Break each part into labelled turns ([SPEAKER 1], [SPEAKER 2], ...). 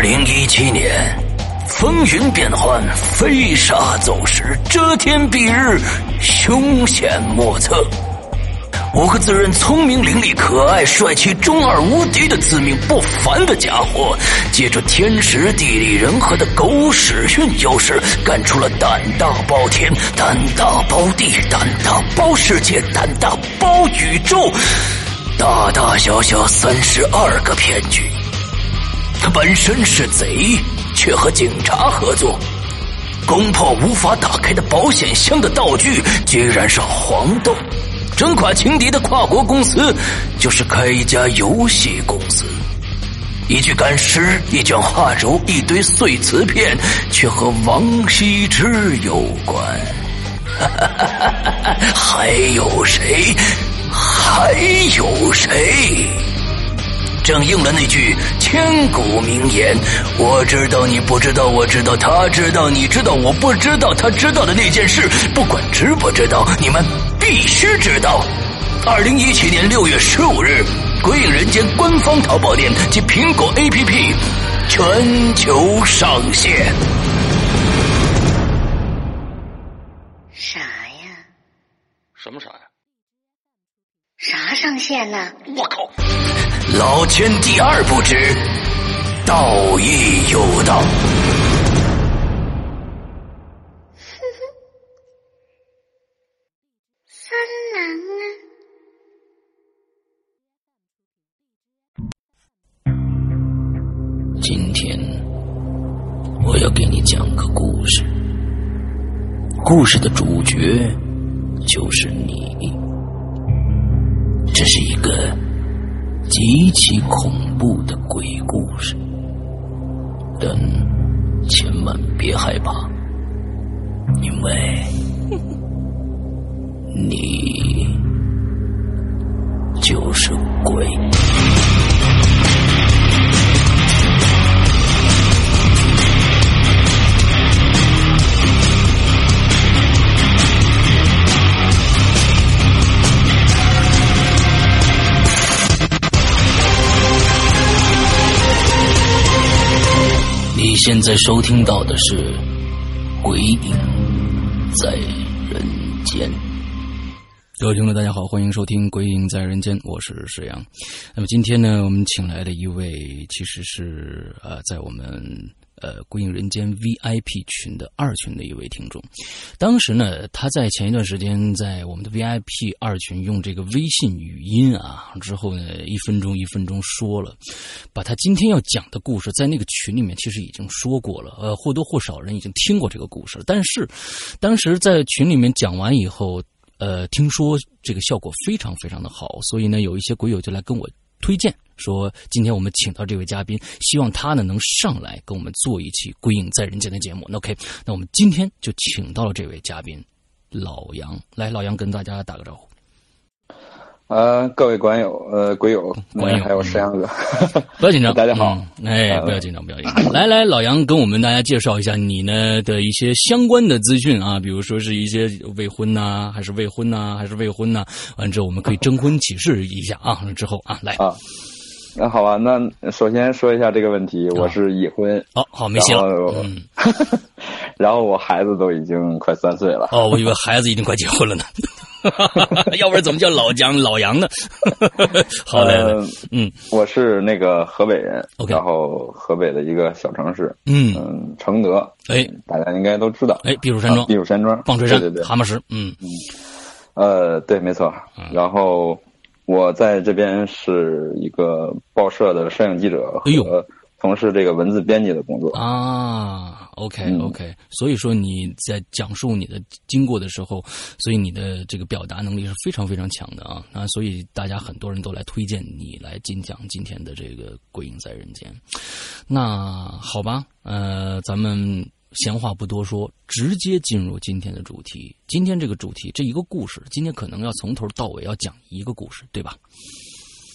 [SPEAKER 1] 零一七年，风云变幻，飞沙走石，遮天蔽日，凶险莫测。五个自认聪明伶俐、可爱帅气、中二无敌的自命不凡的家伙，借着天时地利人和的狗屎运优势，干出了胆大包天、胆大包地、胆大包世界、胆大包宇宙，大大小小三十二个骗局。他本身是贼，却和警察合作。攻破无法打开的保险箱的道具，居然是黄豆。整垮情敌的跨国公司，就是开一家游戏公司。一具干尸，一卷画轴，一堆碎瓷片，却和王羲之有关。 还有谁？还有谁？正应了那句千古名言：“我知道你不知道，我知道他知道你知道我不知道他知道的那件事，不管知不知道，你们必须知道。”二零一七年六月十五日，《鬼影人间》官方淘宝店及苹果 APP 全球上线。
[SPEAKER 2] 啥呀？
[SPEAKER 3] 什么啥呀？
[SPEAKER 2] 啥上线了？
[SPEAKER 3] 我靠！
[SPEAKER 1] 老千第二不知，道义有道。
[SPEAKER 2] 三郎啊！
[SPEAKER 1] 今天我要给你讲个故事，故事的主角就是你。这是一个极其恐怖的鬼故事，但千万别害怕，因为你就是鬼。你现在收听到的是《鬼影在人间》。各位听众，大家好，欢迎收听《鬼影在人间》，我是石阳。那么今天呢，我们请来的一位其实是呃，在我们呃《鬼影人间》VIP 群的二群的一位听众。当时呢，他在前一段时间在我们的 VIP 二群用这个微信语音啊，之后呢，一分钟一分钟说了，把他今天要讲的故事在那个群里面其实已经说过了，呃，或多或少人已经听过这个故事了。但是当时在群里面讲完以后。呃，听说这个效果非常非常的好，所以呢，有一些鬼友就来跟我推荐说，今天我们请到这位嘉宾，希望他呢能上来跟我们做一期《归隐在人间》的节目。那 OK，那我们今天就请到了这位嘉宾老杨，来，老杨跟大家打个招呼。
[SPEAKER 4] 呃，各位管友，呃，鬼友，
[SPEAKER 1] 管嗯友嗯
[SPEAKER 4] 还有石阳哥，
[SPEAKER 1] 不要紧张，
[SPEAKER 4] 大家好呃
[SPEAKER 1] 嗯哎，不要紧张，不要紧张。 来来，老杨跟我们大家介绍一下你呢的一些相关的资讯啊，比如说是一些未婚呐、还是未婚呐、还是未婚呐、完之后我们可以征婚启事一下啊，之后啊，来，
[SPEAKER 4] 啊，那好吧，那首先说一下这个问题，我是已婚，
[SPEAKER 1] 好好啊哦没戏了
[SPEAKER 4] 然后，
[SPEAKER 1] 嗯，
[SPEAKER 4] 然后我孩子都已经快三岁了，
[SPEAKER 1] 哦，我以为孩子已经快结婚了 呢，要不然怎么叫老姜老杨呢？好嘞，来
[SPEAKER 4] 呃
[SPEAKER 1] 来，嗯
[SPEAKER 4] 我是那个河北人
[SPEAKER 1] OK
[SPEAKER 4] 然后河北的一个小城市，
[SPEAKER 1] 嗯，
[SPEAKER 4] 嗯，承德，嗯
[SPEAKER 1] 哎
[SPEAKER 4] 大家应该都知道，
[SPEAKER 1] 哎，避暑山庄
[SPEAKER 4] 啊避、暑山庄，
[SPEAKER 1] 棒槌山
[SPEAKER 4] 对对、对，
[SPEAKER 1] 蛤蟆石，嗯
[SPEAKER 4] 呃，对，没错，然后我在这边是一个报社的摄影记者
[SPEAKER 1] 哎呦
[SPEAKER 4] 和从事这个文字编辑的工作，
[SPEAKER 1] 啊，OK
[SPEAKER 4] 嗯
[SPEAKER 1] OK，、所以说你在讲述你的经过的时候，所以你的这个表达能力是非常非常强的啊，那所以大家很多人都来推荐你来进讲今天的这个《鬼影在人间》。那好吧，呃，咱们闲话不多说，直接进入今天的主题。今天这个主题，这一个故事，今天可能要从头到尾要讲一个故事，对吧？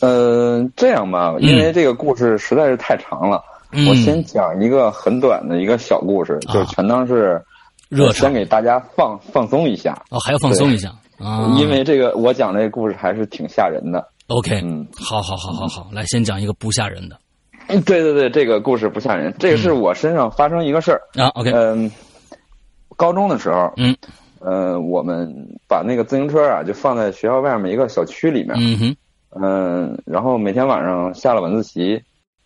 [SPEAKER 4] 嗯，这样吧，因为这个故事实在是太长了，
[SPEAKER 1] 嗯啊
[SPEAKER 4] 我先讲一个很短的一个小故事，就全当是
[SPEAKER 1] 热
[SPEAKER 4] 先
[SPEAKER 1] 场
[SPEAKER 4] 给大家放放松一下，
[SPEAKER 1] 哦，还要放松一下啊，
[SPEAKER 4] 因为这个我讲这个故事还是挺吓人的。
[SPEAKER 1] OK，
[SPEAKER 4] 嗯
[SPEAKER 1] 好好好好好，来先讲一个不吓人的，
[SPEAKER 4] 对对对，这个故事不吓人，这个是
[SPEAKER 1] 嗯
[SPEAKER 4] 我身上发生一个事儿。
[SPEAKER 1] 啊，OK，
[SPEAKER 4] 嗯，高中的时候，
[SPEAKER 1] 嗯，
[SPEAKER 4] 呃，我们把那个自行车啊，就放在学校外面一个小区里面。
[SPEAKER 1] 嗯哼，
[SPEAKER 4] 嗯，然后每天晚上下了晚自习，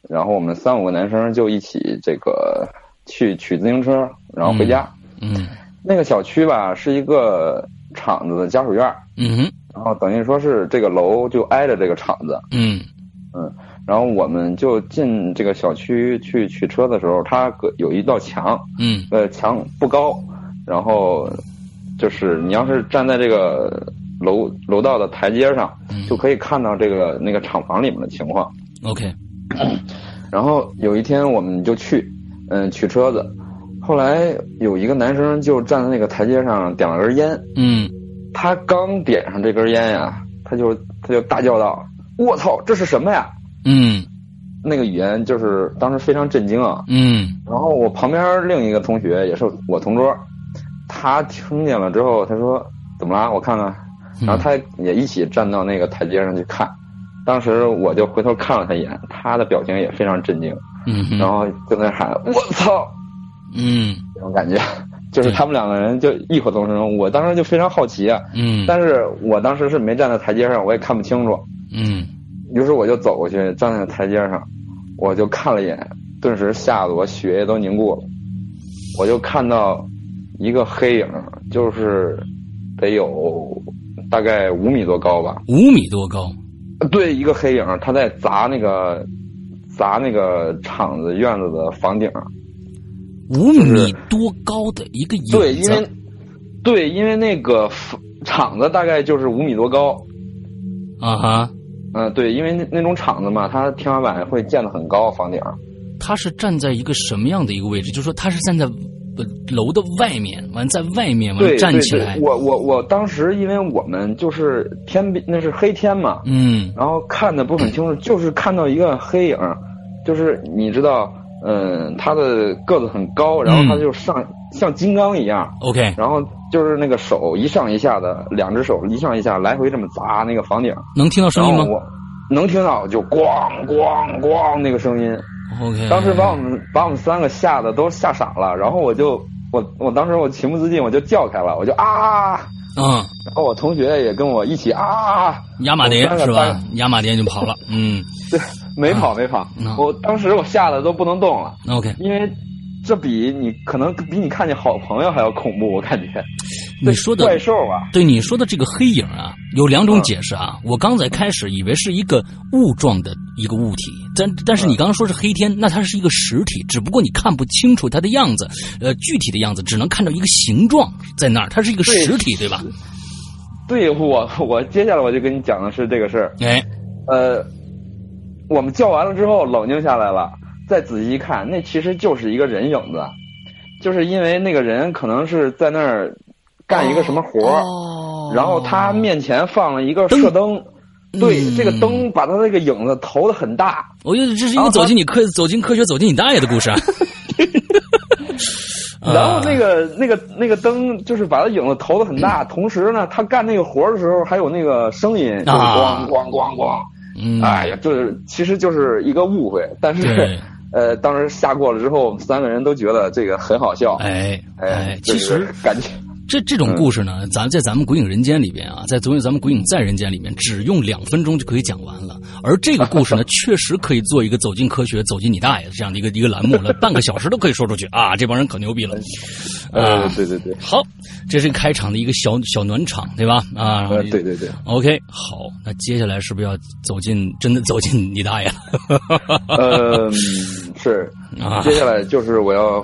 [SPEAKER 4] 然后我们三五个男生就一起这个去取自行车，然后回家。
[SPEAKER 1] 嗯
[SPEAKER 4] 那个小区吧是一个厂子的家属院儿，
[SPEAKER 1] 嗯哼，
[SPEAKER 4] 然后等于说是这个楼就挨着这个厂子，
[SPEAKER 1] 嗯
[SPEAKER 4] 然后我们就进这个小区去取车的时候，它隔有一道墙，
[SPEAKER 1] 嗯
[SPEAKER 4] 呃，墙不高，然后就是你要是站在这个楼楼道的台阶上，
[SPEAKER 1] 嗯
[SPEAKER 4] 就可以看到这个那个厂房里面的情况。
[SPEAKER 1] ，OK，
[SPEAKER 4] 然后有一天我们就去，嗯、取车子。后来有一个男生就站在那个台阶上点了根烟，
[SPEAKER 1] 嗯
[SPEAKER 4] 他刚点上这根烟呀、他就他就大叫道：“我操，这是什么呀
[SPEAKER 1] 嗯？”
[SPEAKER 4] 那个语言就是当时非常震惊啊。
[SPEAKER 1] 嗯
[SPEAKER 4] 然后我旁边另一个同学也是我同桌，他听见了之后，他说：“怎么啦？我看看。”
[SPEAKER 1] 嗯
[SPEAKER 4] 然后他也一起站到那个台阶上去看。当时我就回头看了他一眼，他的表情也非常震惊。
[SPEAKER 1] 嗯哼，
[SPEAKER 4] 然后就在那喊“我操
[SPEAKER 1] 嗯”
[SPEAKER 4] 那种感觉，就是他们两个人就异口同声。我当时就非常好奇啊，
[SPEAKER 1] 嗯
[SPEAKER 4] 但是我当时是没站在台阶上，我也看不清楚，
[SPEAKER 1] 嗯
[SPEAKER 4] 于是我就走过去站在台阶上，我就看了一眼，顿时吓得我血液都凝固了。我就看到一个黑影，就是得有大概五米多高吧，
[SPEAKER 1] 五米多高，
[SPEAKER 4] 对，一个黑影，他在砸那个砸那个厂子院子的房顶。
[SPEAKER 1] 五米多高的一个影子，
[SPEAKER 4] 对，因为对，因为那个 f- 厂子大概就是五米多高。
[SPEAKER 1] 啊哈，
[SPEAKER 4] 嗯、对，因为那那种厂子嘛，它天花板会建得很高，房顶。
[SPEAKER 1] 他是站在一个什么样的一个位置？就是说他是站在呃楼的外面，完在外面
[SPEAKER 4] 对
[SPEAKER 1] 完
[SPEAKER 4] 对
[SPEAKER 1] 站起
[SPEAKER 4] 对
[SPEAKER 1] 来，，
[SPEAKER 4] 我我我当时因为我们就是天边那是黑天嘛，
[SPEAKER 1] 嗯
[SPEAKER 4] 然后看的不很清楚，就是看到一个黑影，就是你知道，嗯，他的个子很高，然后
[SPEAKER 1] 嗯
[SPEAKER 4] 他就上、像金刚一样，
[SPEAKER 1] ，OK，
[SPEAKER 4] 然后就是那个手一上一下的，两只手一上一下来回这么砸那个房顶，
[SPEAKER 1] 能听到声
[SPEAKER 4] 然
[SPEAKER 1] 音
[SPEAKER 4] 后
[SPEAKER 1] 吗
[SPEAKER 4] 我能听到就咣咣咣那个声音，
[SPEAKER 1] ？OK，
[SPEAKER 4] 当时把我们把我们三个吓得都吓傻了，然后我就我我当时我情不自禁我就叫开了，我就啊，
[SPEAKER 1] 嗯，
[SPEAKER 4] 然后我同学也跟我一起啊，
[SPEAKER 1] 亚马蝶
[SPEAKER 4] 我三
[SPEAKER 1] 是
[SPEAKER 4] 个
[SPEAKER 1] 吧
[SPEAKER 4] 班？
[SPEAKER 1] 亚马蝶就跑了，嗯
[SPEAKER 4] 没跑没跑
[SPEAKER 1] 嗯，
[SPEAKER 4] 我当时我吓得都不能动了，
[SPEAKER 1] ，OK，
[SPEAKER 4] 因为这比你可能比你看见好朋友还要恐怖，我感觉
[SPEAKER 1] 你说的
[SPEAKER 4] 怪兽啊，
[SPEAKER 1] 对你说的这个黑影啊，有两
[SPEAKER 4] 嗯
[SPEAKER 1] 种解释啊。我刚才开始以为是一个雾状的一个物体，但但
[SPEAKER 4] 嗯
[SPEAKER 1] 是你刚刚说是黑天，那它是一个实体，只不过你看不清楚它的样子，呃，具体的样子只能看到一个形状在那儿，它是一个
[SPEAKER 4] 对
[SPEAKER 1] 实体，对吧？
[SPEAKER 4] 对我我接下来我就跟你讲的是这个事儿，
[SPEAKER 1] 哎，
[SPEAKER 4] 呃，我们叫完了之后冷静下来了，再仔细一看，那其实就是一个人影子，就是因为那个人可能是在那儿干一个什么活儿，
[SPEAKER 1] 哦
[SPEAKER 4] 然后他面前放了一个射灯，对，
[SPEAKER 1] 嗯
[SPEAKER 4] 这个灯把他那个影子投的很大，
[SPEAKER 1] 我觉得这是一个
[SPEAKER 4] 然后他
[SPEAKER 1] 走进你科走进科学走进你大爷的故事啊。
[SPEAKER 4] 然后那
[SPEAKER 1] 啊
[SPEAKER 4] 个、那个那个灯就是把他影子投的很大，同时呢，他干那个活儿的时候还有那个声音，就是
[SPEAKER 1] 啊
[SPEAKER 4] 咣咣咣咣，
[SPEAKER 1] 嗯，
[SPEAKER 4] 哎呀，就是其实就是一个误会，但
[SPEAKER 1] 对
[SPEAKER 4] 是。 呃，当时吓过了之后，我们三个人都觉得这个很好笑。
[SPEAKER 1] 哎哎，
[SPEAKER 4] 就
[SPEAKER 1] 其
[SPEAKER 4] 是
[SPEAKER 1] 实
[SPEAKER 4] 感觉
[SPEAKER 1] 这这
[SPEAKER 4] 嗯
[SPEAKER 1] 种故事呢，咱在咱们《鬼影人间》里边啊，在昨天咱们《鬼影在人间》里面，只用两分钟就可以讲完了。而这个故事 呢，确实可以做一个走进科学、走进你大爷这样的一个一个栏目了，半个小时都可以说出去啊！这帮人可牛逼了，
[SPEAKER 4] 呃
[SPEAKER 1] 啊，，
[SPEAKER 4] 对对对，
[SPEAKER 1] 好，这是开场的一个小小暖场，对吧？啊，
[SPEAKER 4] 呃，对对对，
[SPEAKER 1] ，OK，好，那接下来是不是要走进真的走进你大爷了？
[SPEAKER 4] 呃，嗯是。
[SPEAKER 1] 啊
[SPEAKER 4] 接下来就是我要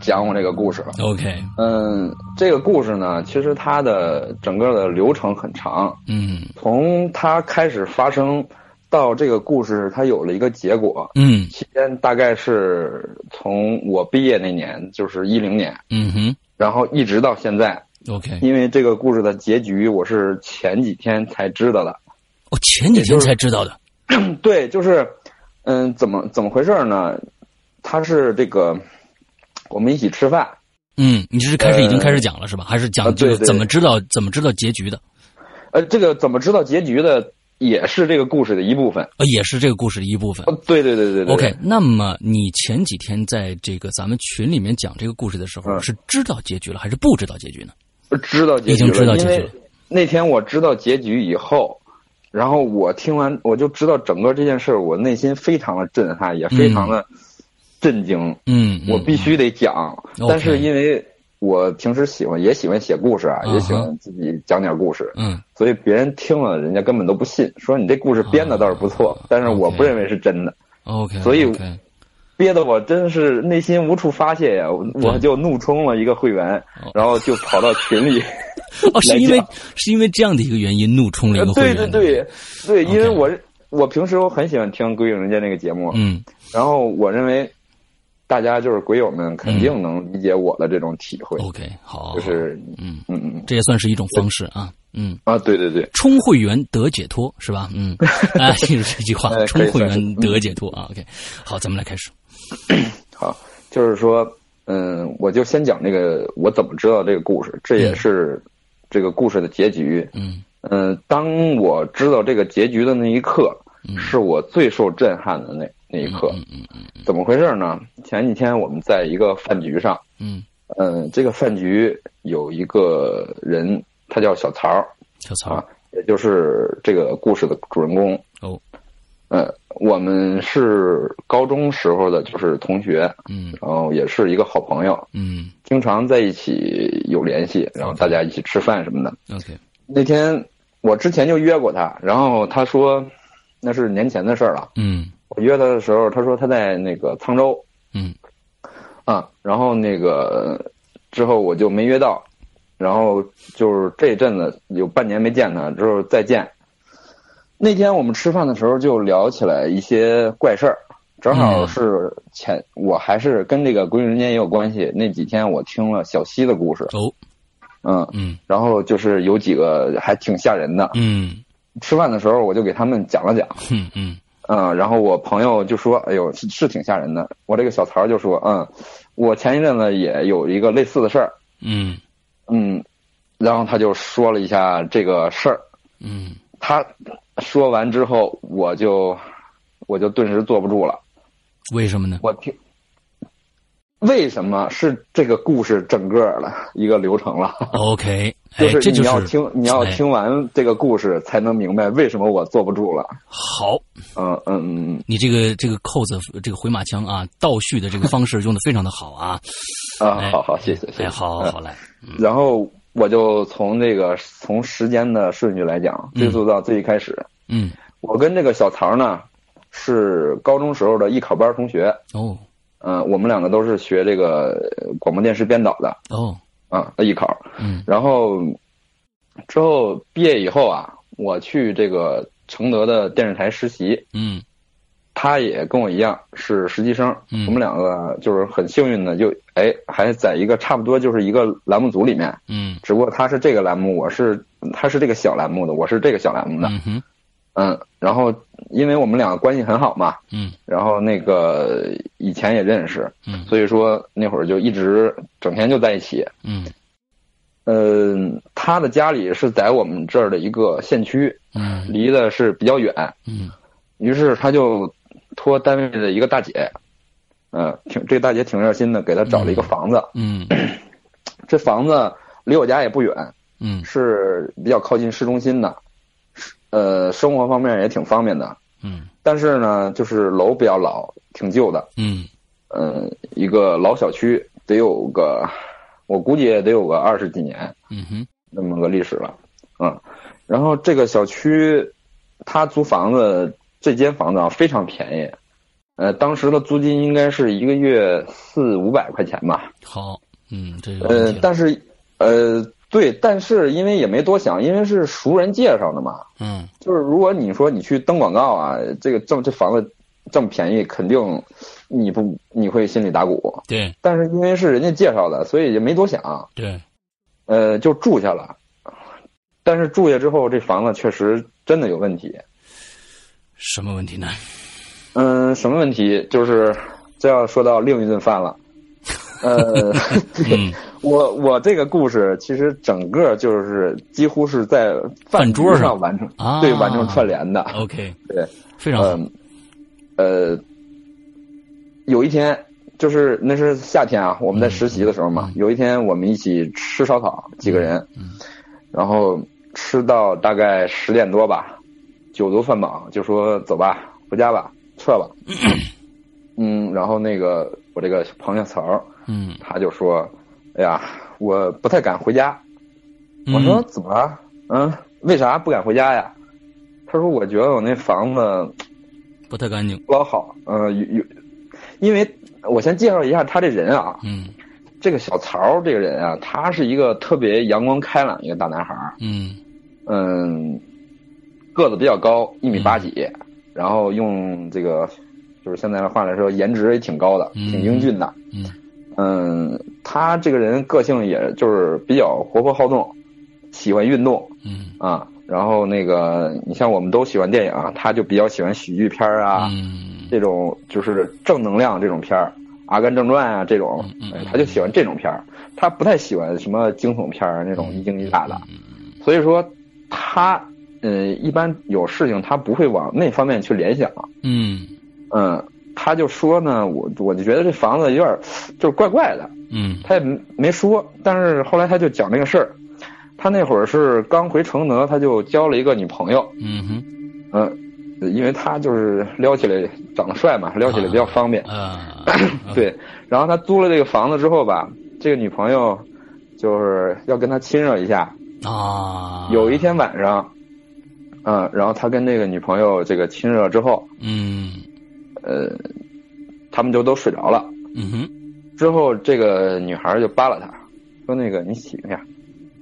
[SPEAKER 4] 讲我这个故事了。
[SPEAKER 1] ，OK，
[SPEAKER 4] 嗯，这个故事呢，其实它的整个的流程很长，
[SPEAKER 1] 嗯
[SPEAKER 4] 从它开始发生到这个故事它有了一个结果，
[SPEAKER 1] 嗯
[SPEAKER 4] 期间大概是从我毕业那年，就是一零年，
[SPEAKER 1] 嗯哼
[SPEAKER 4] 然后一直到现
[SPEAKER 1] 嗯
[SPEAKER 4] 在。
[SPEAKER 1] ，OK，
[SPEAKER 4] 因为这个故事的结局，我是前几天才知道的。
[SPEAKER 1] 我哦前几天才知道的，
[SPEAKER 4] 对，就是，嗯，怎么怎么回事呢？他是这个，我们一起吃饭，
[SPEAKER 1] 嗯，你这是开始已经开始讲了是吧？还是
[SPEAKER 4] 呃啊
[SPEAKER 1] 讲
[SPEAKER 4] 对
[SPEAKER 1] 这个
[SPEAKER 4] 对
[SPEAKER 1] 怎么知道怎么知道结局的？
[SPEAKER 4] 呃，这个怎么知道结局的？也是这个故事的一部分。
[SPEAKER 1] 呃，也是这个故事的一部分。
[SPEAKER 4] 哦，对对对对对
[SPEAKER 1] OK，那么你前几天在这个咱们群里面讲这个故事的时候，
[SPEAKER 4] 嗯
[SPEAKER 1] 是知道结局了还是不知道结局呢？
[SPEAKER 4] 知道结局了，
[SPEAKER 1] 已经知道结
[SPEAKER 4] 因
[SPEAKER 1] 局
[SPEAKER 4] 为
[SPEAKER 1] 了
[SPEAKER 4] 那天我知道结局以后，然后我听完我就知道整个这件事儿，我内心非常的震撼，也非常的震惊。
[SPEAKER 1] 嗯，
[SPEAKER 4] 我必
[SPEAKER 1] 须
[SPEAKER 4] 须得讲，
[SPEAKER 1] OK
[SPEAKER 4] 但是因为我平时喜欢也喜欢写故事啊，
[SPEAKER 1] 嗯哼
[SPEAKER 4] 也喜欢自己讲点故事，
[SPEAKER 1] 嗯
[SPEAKER 4] 所以别人听了人家根本都不信，说你这故事编的倒是不错，
[SPEAKER 1] 啊
[SPEAKER 4] 但是我不
[SPEAKER 1] OK
[SPEAKER 4] 认为是真的。
[SPEAKER 1] OK，
[SPEAKER 4] 所以
[SPEAKER 1] OK
[SPEAKER 4] 憋得我真是内心无处发泄呀！我我就怒充了一个会员
[SPEAKER 1] 哦，
[SPEAKER 4] 然后就跑到群里，
[SPEAKER 1] 哦，是因为
[SPEAKER 4] 来
[SPEAKER 1] 是因为这样的一个原因 怒充了一个会
[SPEAKER 4] 对
[SPEAKER 1] 员
[SPEAKER 4] 对对，对，因为
[SPEAKER 1] OK
[SPEAKER 4] 我我平时我很喜欢听《鬼影人间》那个节目，
[SPEAKER 1] 嗯
[SPEAKER 4] 然后我认为大家就是鬼友们肯定能理解我的这种体会，
[SPEAKER 1] ，OK，好，
[SPEAKER 4] 就是
[SPEAKER 1] 嗯，
[SPEAKER 4] 嗯嗯
[SPEAKER 1] 这也算是一种方式啊，嗯。
[SPEAKER 4] 啊，对对对，
[SPEAKER 1] 充会员得解脱是吧？嗯，啊，就是这句话
[SPEAKER 4] 哎，
[SPEAKER 1] 充
[SPEAKER 4] 可以
[SPEAKER 1] 会
[SPEAKER 4] 算是
[SPEAKER 1] 员得解脱啊。OK，好，咱们来开始。
[SPEAKER 4] 好，就是说，嗯，我就先讲这个我怎么知道这个故事，这也是这个故事的结局。
[SPEAKER 1] 嗯
[SPEAKER 4] 嗯，当我知道这个结局的那一刻，
[SPEAKER 1] 嗯
[SPEAKER 4] 是我最受震撼的那那一刻。
[SPEAKER 1] 嗯嗯
[SPEAKER 4] 怎么回事呢？前几天我们在一个饭局上，
[SPEAKER 1] 嗯，
[SPEAKER 4] 嗯，这个饭局有一个人，他叫小曹儿
[SPEAKER 1] 小曹
[SPEAKER 4] 啊，也就是这个故事的主人公。
[SPEAKER 1] 哦，
[SPEAKER 4] 嗯，我们是高中时候的，就是同学，
[SPEAKER 1] 嗯
[SPEAKER 4] 然后也是一个好朋友，
[SPEAKER 1] 嗯
[SPEAKER 4] 经常在一起有联系，然后大家一起吃饭什么的。
[SPEAKER 1] ，OK，
[SPEAKER 4] 那天我之前就约过他，然后他说那是年前的事儿了。
[SPEAKER 1] 嗯
[SPEAKER 4] 我约他的时候，他说他在那个沧州
[SPEAKER 1] 嗯
[SPEAKER 4] 啊，然后那个之后我就没约到，然后就是这阵子有半年没见他，之后再见。那天我们吃饭的时候就聊起来一些怪事儿，正好是前、我还是跟这个《鬼影人间》也有关系。那几天我听了小西的故事，
[SPEAKER 1] 哦
[SPEAKER 4] 嗯，
[SPEAKER 1] 嗯
[SPEAKER 4] 然后就是有几个还挺吓人的，
[SPEAKER 1] 嗯
[SPEAKER 4] 吃饭的时候我就给他们讲了讲，
[SPEAKER 1] 嗯嗯
[SPEAKER 4] 嗯，然后我朋友就说：“哎呦，是是挺吓人的。”我这个小曹就说：“嗯，我前一阵子也有一个类似的事儿，
[SPEAKER 1] 嗯
[SPEAKER 4] 嗯，然后他就说了一下这个事儿。
[SPEAKER 1] 嗯
[SPEAKER 4] 他说完之后，我就我就顿时坐不住了。
[SPEAKER 1] 为什么呢？
[SPEAKER 4] 我听，为什么是这个故事整个的一个流程了？
[SPEAKER 1] OK，
[SPEAKER 4] 就
[SPEAKER 1] 哎，这就
[SPEAKER 4] 你要
[SPEAKER 1] 是
[SPEAKER 4] 听你要
[SPEAKER 1] 哎
[SPEAKER 4] 听完这个故事，才能明白为什么我坐不住了。
[SPEAKER 1] 好，
[SPEAKER 4] 嗯嗯嗯
[SPEAKER 1] 你这个这个扣子这个回马枪啊，倒叙的这个方式用的非常的好啊，
[SPEAKER 4] 嗯啊，
[SPEAKER 1] 哎
[SPEAKER 4] 好好，谢谢谢谢。
[SPEAKER 1] 哎，好好来，
[SPEAKER 4] 然后我就从这个从时间的顺序来讲，追溯到最一开始，
[SPEAKER 1] 嗯
[SPEAKER 4] 我跟这个小曹呢是高中时候的艺考班同学，
[SPEAKER 1] 哦
[SPEAKER 4] 嗯、我们两个都是学这个呃广播电视编导的
[SPEAKER 1] 哦
[SPEAKER 4] 啊，艺考。
[SPEAKER 1] 嗯
[SPEAKER 4] 然后之后毕业以后啊，我去这个承德的电视台实习。
[SPEAKER 1] 嗯
[SPEAKER 4] 他也跟我一样是实习生，
[SPEAKER 1] 嗯
[SPEAKER 4] 我们两个就是很幸运的就哎还在一个差不多就是一个栏目组里面，
[SPEAKER 1] 嗯
[SPEAKER 4] 只不过他是这个栏目，我是他是这个小栏目的，我是这个小栏目的，
[SPEAKER 1] 嗯哼
[SPEAKER 4] 嗯，然后因为我们两个关系很好嘛，
[SPEAKER 1] 嗯
[SPEAKER 4] 然后那个以前也认识，
[SPEAKER 1] 嗯
[SPEAKER 4] 所以说那会儿就一直整天就在一起。
[SPEAKER 1] 嗯
[SPEAKER 4] 嗯，他的家里是在我们这儿的一个县区，
[SPEAKER 1] 嗯
[SPEAKER 4] 离的是比较远，
[SPEAKER 1] 嗯
[SPEAKER 4] 于是他就托单位的一个大姐，嗯，挺这个大姐挺热心的，给他找了一个房子，
[SPEAKER 1] 嗯
[SPEAKER 4] 这房子离我家也不远，
[SPEAKER 1] 嗯
[SPEAKER 4] 是比较靠近市中心的，是呃，生活方面也挺方便的。
[SPEAKER 1] 嗯
[SPEAKER 4] 但是呢，就是楼比较老，挺旧的，
[SPEAKER 1] 嗯
[SPEAKER 4] 嗯、一个老小区得有个，我估计也得有个二十几年
[SPEAKER 1] 嗯哼
[SPEAKER 4] 那么个历史了，嗯。然后这个小区，他租房子，这间房子啊非常便宜，呃，当时的租金应该是一个月四五百块钱吧，
[SPEAKER 1] 好，嗯这个
[SPEAKER 4] 呃
[SPEAKER 1] 问题，了
[SPEAKER 4] 但是，呃，对，但是因为也没多想，因为是熟人介绍的嘛。
[SPEAKER 1] 嗯
[SPEAKER 4] 就是如果你说你去登广告啊，这个这么这房子这么便宜，肯定你不你会心里打鼓。
[SPEAKER 1] 对
[SPEAKER 4] 但是因为是人家介绍的，所以也没多想，
[SPEAKER 1] 对
[SPEAKER 4] 呃，就住下了。但是住下之后，这房子确实真的有问题。
[SPEAKER 1] 什么问题呢？
[SPEAKER 4] 嗯，什么问题？就是这要说到另一顿饭了。呃，
[SPEAKER 1] 嗯
[SPEAKER 4] 我我这个故事其实整个就是几乎是在
[SPEAKER 1] 饭桌
[SPEAKER 4] 桌
[SPEAKER 1] 上
[SPEAKER 4] 完成，
[SPEAKER 1] 啊
[SPEAKER 4] 对完成串联的。
[SPEAKER 1] OK，
[SPEAKER 4] 对，
[SPEAKER 1] 非常好。
[SPEAKER 4] 嗯，呃，有一天就是那是夏天啊，我们在实习的时候嘛，
[SPEAKER 1] 嗯
[SPEAKER 4] 有一天我们一起吃烧烤，几个人，然后吃到大概十点多吧，酒足饭饱，就说走吧，回家吧，撤吧。嗯，然后那个我这个朋友曹儿，
[SPEAKER 1] 嗯，
[SPEAKER 4] 他就说：“哎呀，我不太敢回家。”
[SPEAKER 1] 嗯
[SPEAKER 4] 我说怎么了？嗯，为啥不敢回家呀？他说：“我觉得我那房子
[SPEAKER 1] 嗯不太干净。
[SPEAKER 4] 不老好，嗯、有有，因为我先介绍一下他这人啊，
[SPEAKER 1] 嗯
[SPEAKER 4] 这个小曹儿这个人啊，他是一个特别阳光开朗一个大男孩儿，
[SPEAKER 1] 嗯
[SPEAKER 4] 嗯，个子比较高，一米八几，
[SPEAKER 1] 嗯
[SPEAKER 4] 然后用这个就是现在的话来说，颜值也挺高的，
[SPEAKER 1] 嗯
[SPEAKER 4] 挺英俊的，
[SPEAKER 1] 嗯
[SPEAKER 4] 嗯，他这个人个性也就是比较活泼好动，喜欢运动，
[SPEAKER 1] 嗯
[SPEAKER 4] 啊，然后那个你像我们都喜欢电影啊，他就比较喜欢喜剧片儿啊，
[SPEAKER 1] 嗯
[SPEAKER 4] 这种就是正能量这种片儿，《阿甘正传》啊这种
[SPEAKER 1] 嗯嗯，
[SPEAKER 4] 哎
[SPEAKER 1] 嗯
[SPEAKER 4] 他就喜欢这种片儿，他不太喜欢什么惊悚片儿啊那种一惊一乍的，
[SPEAKER 1] 嗯
[SPEAKER 4] 所以说他嗯一般有事情他不会往那方面去联想，
[SPEAKER 1] 嗯
[SPEAKER 4] 嗯，他就说呢，我我就觉得这房子有点儿就是怪怪的，
[SPEAKER 1] 嗯
[SPEAKER 4] 他也没没说，但是后来他就讲这个事儿。他那会儿是刚回承德，他就交了一个女朋友，
[SPEAKER 1] 嗯哼
[SPEAKER 4] 嗯，因为他就是撩起来长得帅嘛，撩起来比较方便，
[SPEAKER 1] 啊，
[SPEAKER 4] 对。然后他租了这个房子之后吧，这个女朋友就是要跟他亲热一下。
[SPEAKER 1] 啊，
[SPEAKER 4] 有一天晚上，嗯，然后他跟这个女朋友这个亲热之后，
[SPEAKER 1] 嗯
[SPEAKER 4] 呃，他们就都睡着了。
[SPEAKER 1] 嗯哼
[SPEAKER 4] 之后这个女孩就扒拉他，说那个你醒醒。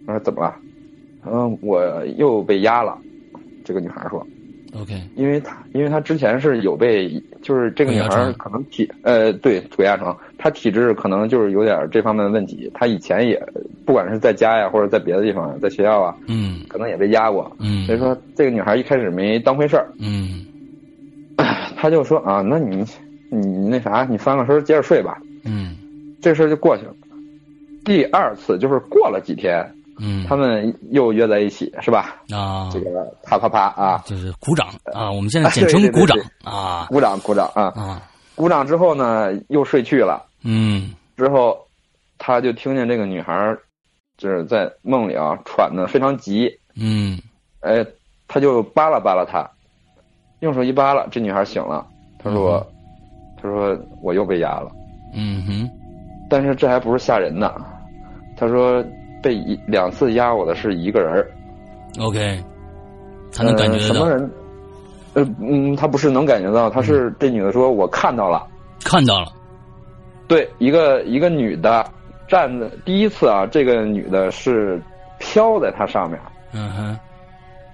[SPEAKER 4] 他说怎么了？嗯，我又被压了。这个女孩说，
[SPEAKER 1] ，OK，
[SPEAKER 4] 因为她因为她之前是有被，就是这个女
[SPEAKER 1] 鬼压
[SPEAKER 4] 孩
[SPEAKER 1] 床
[SPEAKER 4] 可能体呃对鬼压床，她体质可能就是有点这方面的问题。她以前也不管是在家呀，或者在别的地方，在学校啊，
[SPEAKER 1] 嗯
[SPEAKER 4] 可能也被压过。
[SPEAKER 1] 嗯，
[SPEAKER 4] 所以说这个女孩一开始没当回事儿，
[SPEAKER 1] 嗯
[SPEAKER 4] 她就说啊，那你你那啥，你翻个身接着睡吧，
[SPEAKER 1] 嗯
[SPEAKER 4] 这事儿就过去了。第二次就是过了几天，
[SPEAKER 1] 嗯，
[SPEAKER 4] 他们又约在一起，是吧？
[SPEAKER 1] 啊
[SPEAKER 4] 这个啪啪啪啊，
[SPEAKER 1] 就是鼓掌啊，我们现在简称鼓掌啊
[SPEAKER 4] 鼓掌鼓掌啊！
[SPEAKER 1] 啊，
[SPEAKER 4] 鼓掌之后呢，又睡去了。
[SPEAKER 1] 嗯
[SPEAKER 4] 之后，他就听见这个女孩儿就是在梦里啊喘的非常急，
[SPEAKER 1] 嗯
[SPEAKER 4] 哎，他就扒拉扒拉她，用手一扒拉，这女孩醒了。她说我，她说我又被压了，
[SPEAKER 1] 嗯哼
[SPEAKER 4] 但是这还不是吓人的，她说被一两次压我的是一个人儿，
[SPEAKER 1] ，OK，才能感觉
[SPEAKER 4] 呃、
[SPEAKER 1] 得
[SPEAKER 4] 什么
[SPEAKER 1] 到，
[SPEAKER 4] 人？呃嗯，他不是能感觉到，他
[SPEAKER 1] 嗯
[SPEAKER 4] 是这女的说我看到了，
[SPEAKER 1] 看到了，
[SPEAKER 4] 对，一个一个女的站在第一次啊，这个女的是飘在他上面，
[SPEAKER 1] 嗯哼，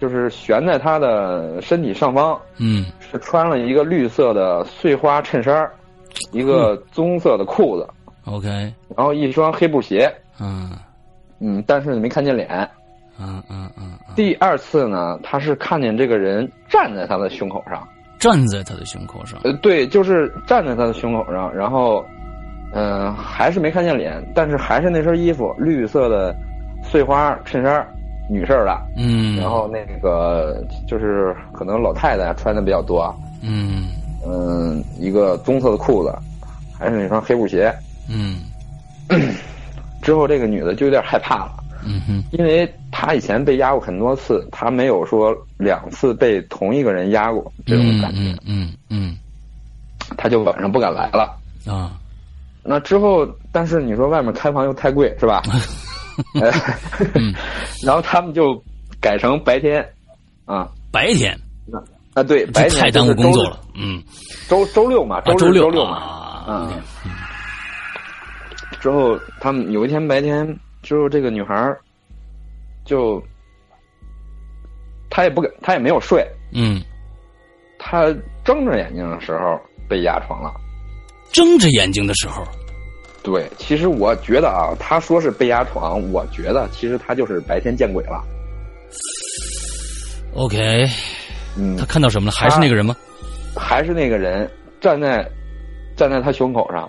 [SPEAKER 4] 就是悬在他的身体上方，
[SPEAKER 1] 嗯
[SPEAKER 4] 是穿了一个绿色的碎花衬衫儿，一个棕色的裤子，
[SPEAKER 1] ，OK，
[SPEAKER 4] 然后一双黑布鞋，
[SPEAKER 1] 嗯
[SPEAKER 4] 嗯，但是没看见脸。
[SPEAKER 1] 嗯嗯嗯嗯，
[SPEAKER 4] 第二次呢，他是看见这个人站在他的胸口上，
[SPEAKER 1] 站在他的胸口上，
[SPEAKER 4] 呃，对，就是站在他的胸口上，然后，嗯、还是没看见脸，但是还是那身衣服，绿色的碎花衬衫儿，女士儿的，
[SPEAKER 1] 嗯，
[SPEAKER 4] 然后那个就是可能老太太穿的比较多啊，
[SPEAKER 1] 嗯
[SPEAKER 4] 嗯、一个棕色的裤子，还是那双黑布鞋。
[SPEAKER 1] 嗯
[SPEAKER 4] 之后这个女的就有点害怕了，
[SPEAKER 1] 嗯哼。
[SPEAKER 4] 因为她以前被压过很多次，她没有说两次被同一个人压过这种感觉，
[SPEAKER 1] 嗯嗯
[SPEAKER 4] 她就晚上不敢来了。
[SPEAKER 1] 嗯啊，
[SPEAKER 4] 那之后，但是你说外面开房又太贵， 是吧？哎
[SPEAKER 1] 嗯
[SPEAKER 4] 然后他们就改成白天，啊
[SPEAKER 1] 白天
[SPEAKER 4] 啊，对，
[SPEAKER 1] 这
[SPEAKER 4] 白天
[SPEAKER 1] 太耽误
[SPEAKER 4] 就是周
[SPEAKER 1] 工作
[SPEAKER 4] 日
[SPEAKER 1] 了。嗯，
[SPEAKER 4] 周周六嘛，
[SPEAKER 1] 啊，
[SPEAKER 4] 日
[SPEAKER 1] 周
[SPEAKER 4] 周
[SPEAKER 1] 六
[SPEAKER 4] 嘛。
[SPEAKER 1] 啊
[SPEAKER 4] 嗯之后他们有一天白天之后，这个女孩儿就她也不敢，她也没有睡，
[SPEAKER 1] 嗯，
[SPEAKER 4] 她睁着眼睛的时候被压床了。
[SPEAKER 1] 睁着眼睛的时候，
[SPEAKER 4] 对，其实我觉得啊，她说是被压床，我觉得其实她就是白天见鬼了。
[SPEAKER 1] ，OK，
[SPEAKER 4] 嗯
[SPEAKER 1] 他，看到什么了？还是那个人吗？
[SPEAKER 4] 还是那个人站在站在他胸口上，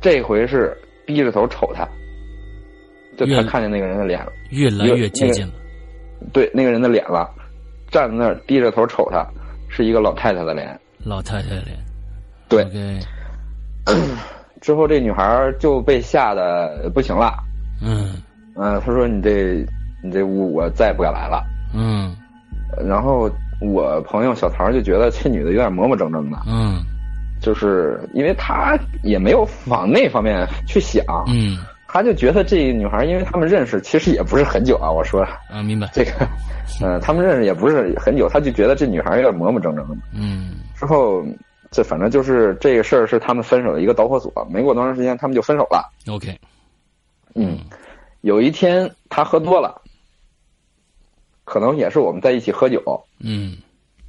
[SPEAKER 4] 这回是低着头瞅他，就
[SPEAKER 1] 越
[SPEAKER 4] 他看见那个人的脸了，
[SPEAKER 1] 越来越接近了。
[SPEAKER 4] 对那个人的脸了，站在那儿低着头瞅他，是一个老太太的脸。
[SPEAKER 1] 老太太的脸。
[SPEAKER 4] 对
[SPEAKER 1] OK，
[SPEAKER 4] 之后这女孩儿就被吓得不行了，
[SPEAKER 1] 嗯
[SPEAKER 4] 嗯、她说你这你这屋我再也不敢来了。
[SPEAKER 1] 嗯
[SPEAKER 4] 然后我朋友小唐就觉得这女的有点磨磨蹭蹭的，
[SPEAKER 1] 嗯
[SPEAKER 4] 就是因为他也没有往那方面去想，
[SPEAKER 1] 嗯
[SPEAKER 4] 他就觉得这女孩，因为他们认识其实也不是很久啊，我说
[SPEAKER 1] 啊，明白。
[SPEAKER 4] 这个，呃，他们认识也不是很久，他就觉得这女孩有点磨磨蹭蹭的。
[SPEAKER 1] 嗯
[SPEAKER 4] 之后，这反正就是这个事儿是他们分手的一个导火索。没过多长时间，他们就分手了。
[SPEAKER 1] ，OK，
[SPEAKER 4] 嗯，有一天他喝多了，可能也是我们在一起喝酒，
[SPEAKER 1] 嗯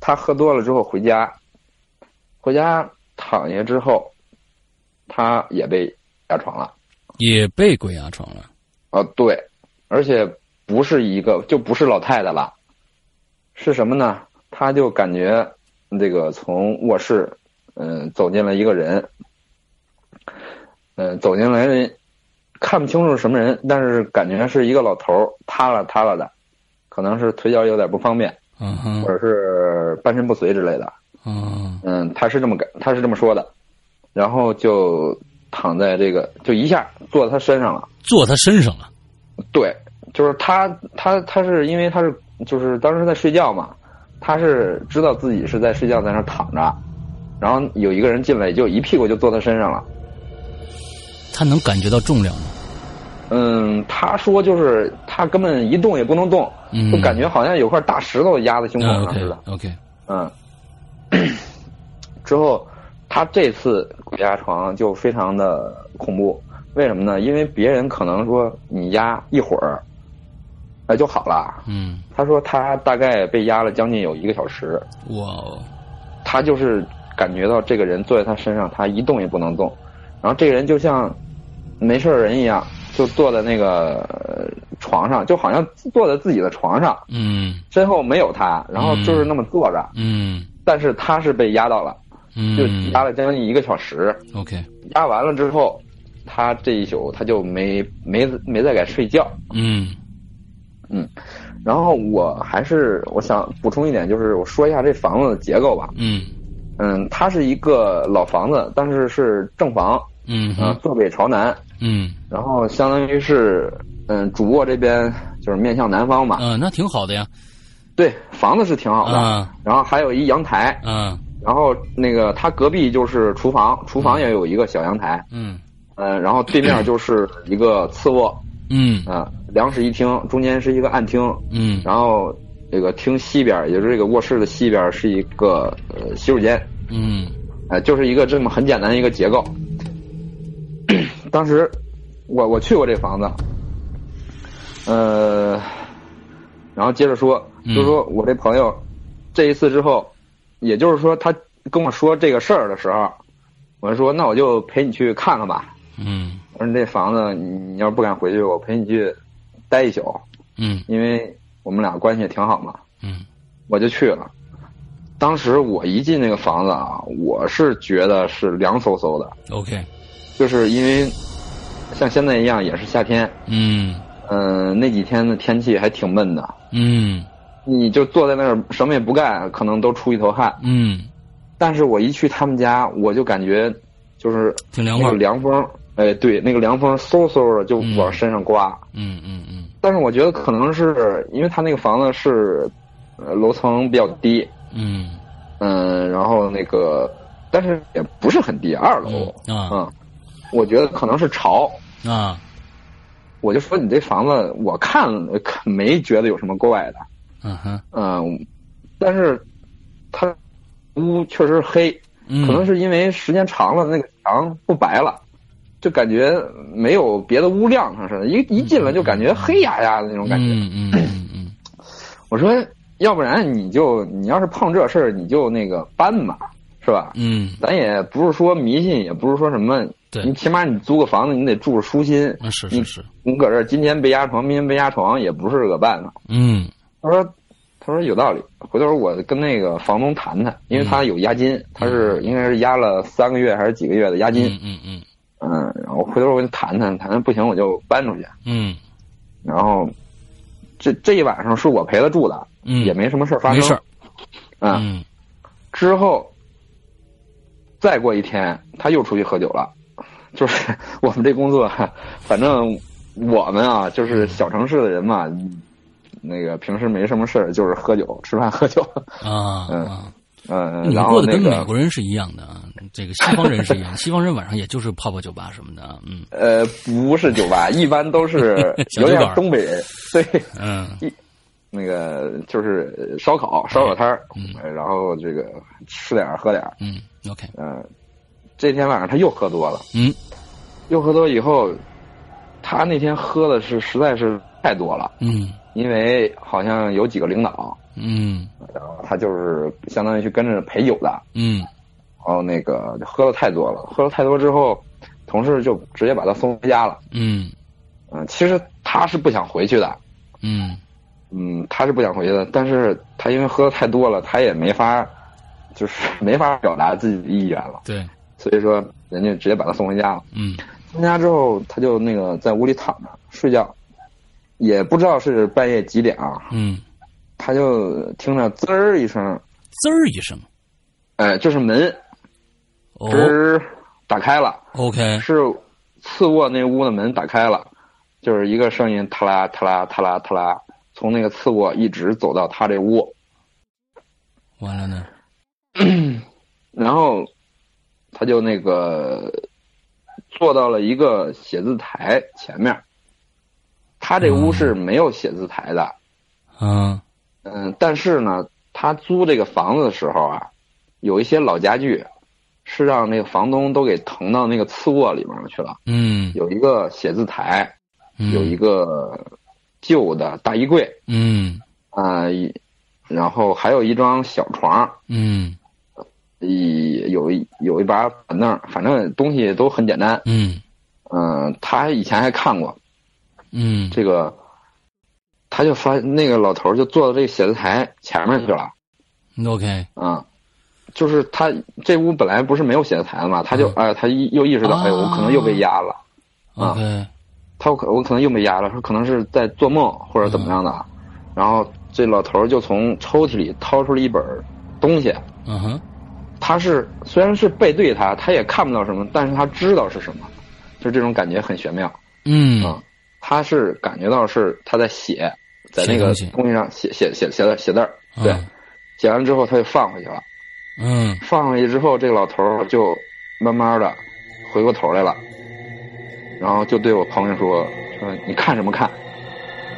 [SPEAKER 4] 他喝多了之后回家，回家躺下之后，他也被压床了。
[SPEAKER 1] 也被鬼压床了。
[SPEAKER 4] 啊，对，而且不是一个，就不是老太太了，是什么呢？他就感觉这个从卧室，嗯、走进了一个人，嗯、走进来人，看不清楚是什么人，但是感觉是一个老头儿，塌了塌了的，可能是腿脚有点不方便，
[SPEAKER 1] 嗯
[SPEAKER 4] 或
[SPEAKER 1] 哼，
[SPEAKER 4] 者是半身不遂之类的。
[SPEAKER 1] 嗯
[SPEAKER 4] 嗯，他是这么感，他是这么说的，然后就躺在这个，就一下坐在他身上了。
[SPEAKER 1] 坐他身上了。
[SPEAKER 4] 对，就是他，他他是因为他是就是当时在睡觉嘛，他是知道自己是在睡觉，在那儿躺着，然后有一个人进来，就一屁股就坐他身上了。
[SPEAKER 1] 他能感觉到重量吗？
[SPEAKER 4] 嗯，他说就是他根本一动也不能动，
[SPEAKER 1] 嗯
[SPEAKER 4] 就感觉好像有块大石头压在胸口
[SPEAKER 1] 啊
[SPEAKER 4] 上
[SPEAKER 1] ，OK
[SPEAKER 4] 似的。
[SPEAKER 1] OK，
[SPEAKER 4] 嗯， 之后他这次鬼压床就非常的恐怖，为什么呢？因为别人可能说你压一会儿，哎就好了。
[SPEAKER 1] 嗯，
[SPEAKER 4] 他说他大概被压了将近有一个小时，
[SPEAKER 1] 哇哦，
[SPEAKER 4] 他就是感觉到这个人坐在他身上，他一动也不能动，然后这个人就像没事儿人一样，就坐在那个呃床上，就好像坐在自己的床上，
[SPEAKER 1] 嗯
[SPEAKER 4] 身后没有他，然后就是那么坐着，
[SPEAKER 1] 嗯
[SPEAKER 4] 但是他是被压到了。就
[SPEAKER 1] 嗯
[SPEAKER 4] 压了将近一个小时，
[SPEAKER 1] ，OK，
[SPEAKER 4] 压完了之后，他这一宿他就没没没再敢睡觉。
[SPEAKER 1] 嗯
[SPEAKER 4] 然后我还是我想补充一点，就是我说一下这房子的结构吧。
[SPEAKER 1] 嗯
[SPEAKER 4] 嗯，它是一个老房子，但是是正房，
[SPEAKER 1] 嗯
[SPEAKER 4] 嗯、
[SPEAKER 1] 哼
[SPEAKER 4] 坐北朝南，
[SPEAKER 1] 嗯
[SPEAKER 4] 然后相当于是嗯主卧这边就是面向南方嘛。
[SPEAKER 1] 啊，那挺好的呀。
[SPEAKER 4] 对，房子是挺好的，
[SPEAKER 1] 啊
[SPEAKER 4] 然后还有一阳台，
[SPEAKER 1] 啊
[SPEAKER 4] 然后那个它隔壁就是厨房，厨房也有一个小阳台。
[SPEAKER 1] 嗯
[SPEAKER 4] 嗯，然后对面就是一个次卧
[SPEAKER 1] 嗯
[SPEAKER 4] 啊、两室一厅，中间是一个暗厅，
[SPEAKER 1] 嗯
[SPEAKER 4] 然后这个厅西边，也就是这个卧室的西边是一个呃洗手间，
[SPEAKER 1] 嗯
[SPEAKER 4] 呃，就是一个这么很简单的一个结构。当时我我去过这房子，呃，然后接着说，
[SPEAKER 1] 嗯
[SPEAKER 4] 就说我这朋友这一次之后，也就是说他跟我说这个事儿的时候，我就说那我就陪你去看看吧。
[SPEAKER 1] 嗯
[SPEAKER 4] 我说你这房子，你你要是不敢回去，我陪你去待一宿，
[SPEAKER 1] 嗯
[SPEAKER 4] 因为我们俩关系也挺好嘛。
[SPEAKER 1] 嗯
[SPEAKER 4] 我就去了。当时我一进那个房子啊，我是觉得是凉飕飕的，
[SPEAKER 1] ，OK，
[SPEAKER 4] 就是因为像现在一样也是夏天，
[SPEAKER 1] 嗯
[SPEAKER 4] 嗯、那几天的天气还挺闷的，
[SPEAKER 1] 嗯
[SPEAKER 4] 你就坐在那儿什么也不干，可能都出一头汗。
[SPEAKER 1] 嗯，
[SPEAKER 4] 但是我一去他们家，我就感觉就是
[SPEAKER 1] 挺凉
[SPEAKER 4] 那
[SPEAKER 1] 快
[SPEAKER 4] 个。凉风，哎，对，那个凉风嗖嗖的就往身上刮。
[SPEAKER 1] 嗯嗯嗯
[SPEAKER 4] 但是我觉得可能是因为他那个房子是，呃，楼层比较低，
[SPEAKER 1] 嗯
[SPEAKER 4] 嗯，然后那个，但是也不是很低，二楼，
[SPEAKER 1] 嗯啊
[SPEAKER 4] 嗯，我觉得可能是潮。
[SPEAKER 1] 啊
[SPEAKER 4] 我就说你这房子，我看可没觉得有什么怪的，
[SPEAKER 1] 嗯哼，
[SPEAKER 4] 嗯，但是它屋确实黑，
[SPEAKER 1] 嗯
[SPEAKER 4] 可能是因为时间长了，那个墙不白了，就感觉没有别的屋亮堂似的，一一进来就感觉黑压压的那种感觉。
[SPEAKER 1] 嗯嗯嗯嗯
[SPEAKER 4] 我说，要不然你就你要是碰这事儿，你就那个搬吧，是吧？
[SPEAKER 1] 嗯，
[SPEAKER 4] 咱也不是说迷信，也不是说什么，
[SPEAKER 1] 对
[SPEAKER 4] 你起码你租个房子，你得住着舒心。
[SPEAKER 1] 那是是是，
[SPEAKER 4] 你搁这儿今天被压床，明天被压床，也不是个办法。
[SPEAKER 1] 嗯
[SPEAKER 4] 他说，他说有道理，回头我跟那个房东谈谈，因为他有押金，他
[SPEAKER 1] 嗯
[SPEAKER 4] 是应该是押了三个月还是几个月的押金
[SPEAKER 1] 嗯，嗯嗯
[SPEAKER 4] 嗯，然后回头我跟他谈谈，谈谈不行我就搬出去。
[SPEAKER 1] 嗯
[SPEAKER 4] 然后这这一晚上是我陪他住的，
[SPEAKER 1] 嗯，
[SPEAKER 4] 也没什么事儿发生。
[SPEAKER 1] 没事儿，
[SPEAKER 4] 啊、
[SPEAKER 1] 嗯
[SPEAKER 4] 之后再过一天，他又出去喝酒了。就是 我们这工作，啊反正我们啊，就是小城市的人嘛，那个平时没什么事儿，就是喝酒、吃饭、喝酒。
[SPEAKER 1] 啊
[SPEAKER 4] 嗯
[SPEAKER 1] 啊，
[SPEAKER 4] 嗯，
[SPEAKER 1] 你
[SPEAKER 4] 然后
[SPEAKER 1] 过得
[SPEAKER 4] 那
[SPEAKER 1] 跟美
[SPEAKER 4] 个
[SPEAKER 1] 国人是一样的啊，这个西方人是一 样，西方人晚上也就是泡泡酒吧什么的啊，嗯
[SPEAKER 4] 呃，不是酒吧，一般都是
[SPEAKER 1] 小酒
[SPEAKER 4] 有点
[SPEAKER 1] 馆儿
[SPEAKER 4] 东北人，对，
[SPEAKER 1] 嗯
[SPEAKER 4] 那个就是烧烤、烧烤摊儿，
[SPEAKER 1] 嗯
[SPEAKER 4] 呃然后这个吃点儿喝点儿。
[SPEAKER 1] 嗯，OK，
[SPEAKER 4] 嗯，这天晚上他又喝多了，
[SPEAKER 1] 嗯
[SPEAKER 4] 又喝多以后，他那天喝的是实在是太多了，
[SPEAKER 1] 嗯
[SPEAKER 4] 因为好像有几个领导，
[SPEAKER 1] 嗯
[SPEAKER 4] 然后他就是相当于去跟着陪酒的，
[SPEAKER 1] 嗯
[SPEAKER 4] 然后那个就喝了太多了，喝了太多之后，同事就直接把他送回家了。
[SPEAKER 1] 嗯
[SPEAKER 4] 嗯，其实他是不想回去的，
[SPEAKER 1] 嗯
[SPEAKER 4] 嗯，他是不想回去的，但是他因为喝的太多了，他也没法，就是没法表达自己的意愿了，
[SPEAKER 1] 对，
[SPEAKER 4] 所以说人家直接把他送回家了。
[SPEAKER 1] 嗯
[SPEAKER 4] 送回家之后，他就那个在屋里躺着睡觉，也不知道是半夜几点啊，
[SPEAKER 1] 嗯，
[SPEAKER 4] 他就听着滋儿一声，
[SPEAKER 1] 滋儿一声，
[SPEAKER 4] 哎，就是门
[SPEAKER 1] 哦
[SPEAKER 4] 吱儿打开了，
[SPEAKER 1] ，OK，
[SPEAKER 4] 是次卧那屋的门打开了，就是一个声音，他啦他啦他啦他啦，从那个次卧一直走到他这屋。
[SPEAKER 1] 完了呢，
[SPEAKER 4] 然后他就那个坐到了一个写字台前面儿。他这屋是没有写字台的，
[SPEAKER 1] 啊
[SPEAKER 4] 嗯，但是呢，他租这个房子的时候啊，有一些老家具是让那个房东都给腾到那个次卧里面去了。
[SPEAKER 1] 嗯，
[SPEAKER 4] 有一个写字台，
[SPEAKER 1] 嗯
[SPEAKER 4] 有一个旧的大衣柜
[SPEAKER 1] 嗯
[SPEAKER 4] 啊、一然后还有一张小床，
[SPEAKER 1] 嗯
[SPEAKER 4] 一有一有一把板凳，反正东西都很简单。
[SPEAKER 1] 嗯
[SPEAKER 4] 嗯，他以前还看过
[SPEAKER 1] 嗯
[SPEAKER 4] 这个，他就发那个老头就坐到这个写字台前面去了
[SPEAKER 1] ，OK，
[SPEAKER 4] 啊、就是他这屋本来不是没有写字台的嘛，他就
[SPEAKER 1] 嗯
[SPEAKER 4] 哎、他一又意识到
[SPEAKER 1] 啊
[SPEAKER 4] 哎呦我可能又被压了，
[SPEAKER 1] OK，
[SPEAKER 4] 啊他可我可能又被压了，说可能是在做梦或者怎
[SPEAKER 1] 嗯
[SPEAKER 4] 么样的，啊然后这老头就从抽屉里掏出了一本东西，
[SPEAKER 1] 嗯哼，
[SPEAKER 4] 他是虽然是背对他，他也看不到什么，但是他知道是什么，就这种感觉很玄妙。
[SPEAKER 1] 嗯
[SPEAKER 4] 啊，他是感觉到是他在写，在那个
[SPEAKER 1] 写东西
[SPEAKER 4] 东西上写写写写字写字儿，
[SPEAKER 1] 啊
[SPEAKER 4] 对，写完之后他就放回去了，
[SPEAKER 1] 嗯
[SPEAKER 4] 放回去之后，这个老头儿就慢慢的回过头来了，然后就对我朋友说说你看什么看？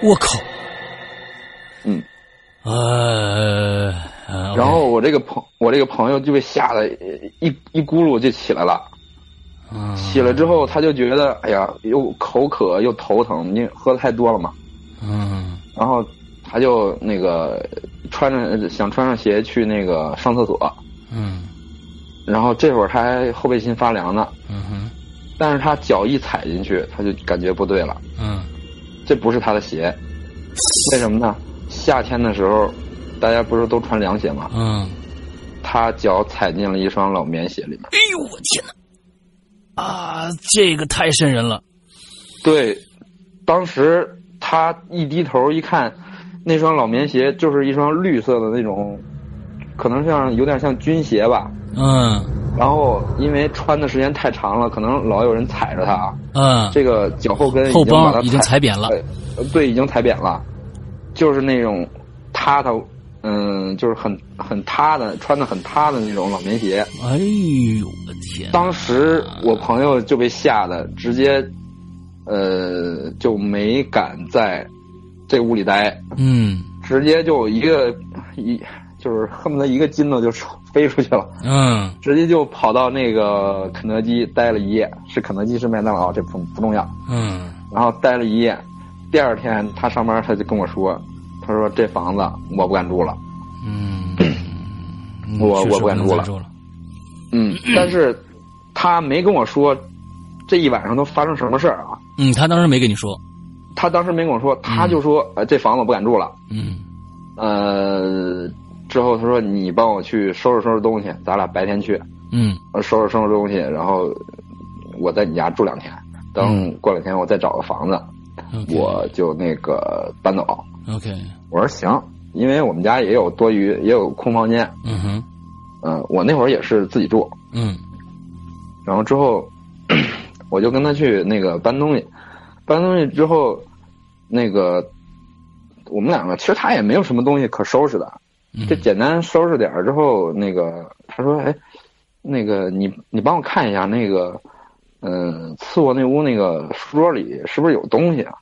[SPEAKER 1] 我靠，
[SPEAKER 4] 嗯，
[SPEAKER 1] 呃，呃
[SPEAKER 4] 然后我这个朋我这个朋友就被吓得一一咕噜就起来了，
[SPEAKER 1] 啊
[SPEAKER 4] 起来之后他就觉得哎呀又口渴又头疼，因为喝的太多了嘛，
[SPEAKER 1] 嗯
[SPEAKER 4] 然后他就那个穿着想穿上鞋去那个上厕所，
[SPEAKER 1] 嗯
[SPEAKER 4] 然后这会儿他还后背心发凉呢，
[SPEAKER 1] 嗯哼
[SPEAKER 4] 但是他脚一踩进去，他就感觉不对了，
[SPEAKER 1] 嗯
[SPEAKER 4] 这不是他的鞋，为什么呢？夏天的时候，大家不是都穿凉鞋吗？
[SPEAKER 1] 嗯，
[SPEAKER 4] 他脚踩进了一双老棉鞋里面。
[SPEAKER 1] 哎呦我天哪！啊，这个太瘆人了。
[SPEAKER 4] 对，当时他一低头一看，那双老棉鞋就是一双绿色的那种，可能像有点像军鞋吧，
[SPEAKER 1] 嗯
[SPEAKER 4] 然后因为穿的时间太长了，可能老有人踩着它啊，
[SPEAKER 1] 嗯，
[SPEAKER 4] 这个脚后跟
[SPEAKER 1] 后
[SPEAKER 4] 把它
[SPEAKER 1] 帮已经踩扁了。
[SPEAKER 4] 呃对，已经踩扁了，就是那种塌的，嗯，就是很很塌的，穿的很塌的那种老棉鞋。
[SPEAKER 1] 哎呦我天！
[SPEAKER 4] 当时我朋友就被吓得直接，呃，就没敢在这屋里待，
[SPEAKER 1] 嗯
[SPEAKER 4] 直接就一个一就是恨不得一个筋斗就出飞出去了。
[SPEAKER 1] 嗯
[SPEAKER 4] 直接就跑到那个肯德基待了一夜，是肯德基是麦当劳，这不不重要。
[SPEAKER 1] 嗯
[SPEAKER 4] 然后待了一夜，第二天他上班他就跟我说，他说这房子我不敢住了。
[SPEAKER 1] 嗯，嗯
[SPEAKER 4] 我
[SPEAKER 1] 确实
[SPEAKER 4] 我不敢
[SPEAKER 1] 能
[SPEAKER 4] 住
[SPEAKER 1] 再
[SPEAKER 4] 了
[SPEAKER 1] 住了。
[SPEAKER 4] 嗯，但是他没跟我说这一晚上都发生什么事儿啊？
[SPEAKER 1] 嗯，他当时没跟你说。
[SPEAKER 4] 他当时没跟我说，他就说、呃这房子我不敢住了。
[SPEAKER 1] 嗯
[SPEAKER 4] 呃，之后他说你帮我去收拾收拾东西，咱俩白天去。
[SPEAKER 1] 嗯
[SPEAKER 4] 呃收拾收拾东西，然后我在你家住两天，等过两天我再找个房子。
[SPEAKER 1] 嗯 OK
[SPEAKER 4] 我就那个扳倒。
[SPEAKER 1] OK，
[SPEAKER 4] 我说行，因为我们家也有多余，也有空房间。
[SPEAKER 1] 嗯哼，
[SPEAKER 4] 嗯、我那会儿也是自己住，
[SPEAKER 1] 嗯
[SPEAKER 4] 然后之后我就跟他去那个搬东西，搬东西之后，那个我们两个其实他也没有什么东西可收拾的，
[SPEAKER 1] 嗯，
[SPEAKER 4] 就简单收拾点儿之后，那个他说：“哎，那个你你帮我看一下那个，嗯、次卧那屋那个书桌里是不是有东西啊？”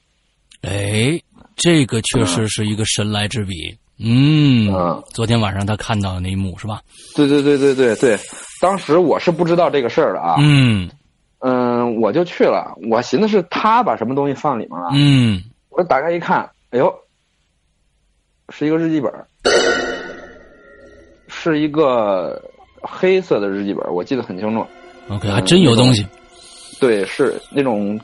[SPEAKER 1] 哎，这个确实是一个神来之笔。嗯，
[SPEAKER 4] 嗯
[SPEAKER 1] 昨天晚上他看到的那一幕是吧？
[SPEAKER 4] 对对对对对对，当时我是不知道这个事儿的啊，
[SPEAKER 1] 嗯
[SPEAKER 4] 嗯、我就去了，我寻思是他把什么东西放里面了，
[SPEAKER 1] 嗯，
[SPEAKER 4] 我打开一看，哎呦，是一个日记本儿，是一个黑色的日记本儿，我记得很清楚。嗯
[SPEAKER 1] OK，还真有东西。
[SPEAKER 4] 对，是那种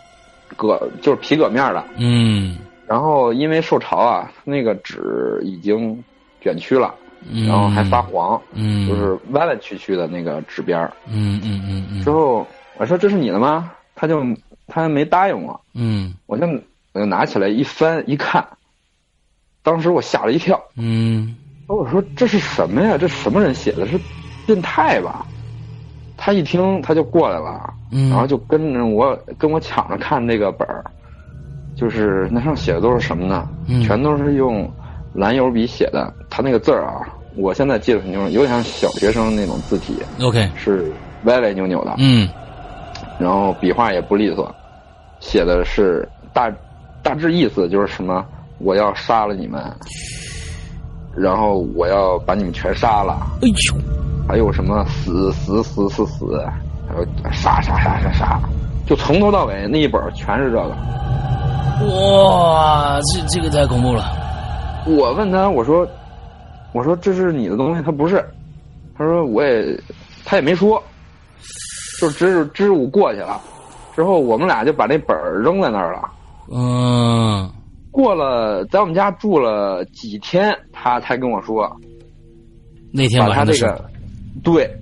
[SPEAKER 4] 革，就是皮革面儿的。
[SPEAKER 1] 嗯
[SPEAKER 4] 然后因为受潮啊，那个纸已经卷曲了，
[SPEAKER 1] 嗯，
[SPEAKER 4] 然后还发黄，
[SPEAKER 1] 嗯，
[SPEAKER 4] 就是弯弯曲曲的那个纸边儿。
[SPEAKER 1] 嗯嗯嗯嗯
[SPEAKER 4] 之后我说这是你的吗？他就他没答应我，
[SPEAKER 1] 嗯
[SPEAKER 4] 我就我就拿起来一翻一看，当时我吓了一跳，
[SPEAKER 1] 嗯
[SPEAKER 4] 我说这是什么呀？这什么人写的？是变态吧？他一听他就过来了，
[SPEAKER 1] 嗯，
[SPEAKER 4] 然后就跟着我跟我抢着看这个本儿，就是那上写的都是什么呢？
[SPEAKER 1] 嗯
[SPEAKER 4] 全都是用蓝油笔写的，他那个字儿啊，我现在记得很清楚，有点像小学生那种字体，
[SPEAKER 1] OK，
[SPEAKER 4] 是歪歪扭扭的，
[SPEAKER 1] 嗯
[SPEAKER 4] 然后笔画也不利索，写的是大大致意思就是什么，我要杀了你们，然后我要把你们全杀了。
[SPEAKER 1] 哎呦，
[SPEAKER 4] 还有什么死死死死死，还有杀杀杀杀杀，就从头到尾那一本儿全是这个。
[SPEAKER 1] 哇，这这个太恐怖了。
[SPEAKER 4] 我问他，我说，我说这是你的东西，他不是，他说我也，他也没说，就支吾支吾过去了。之后我们俩就把那本儿扔在那儿了。
[SPEAKER 1] 嗯
[SPEAKER 4] 过了，在我们家住了几天，他才跟我说，
[SPEAKER 1] 那天
[SPEAKER 4] 把
[SPEAKER 1] 晚
[SPEAKER 4] 他
[SPEAKER 1] 上的
[SPEAKER 4] 这
[SPEAKER 1] 事，
[SPEAKER 4] 个，对，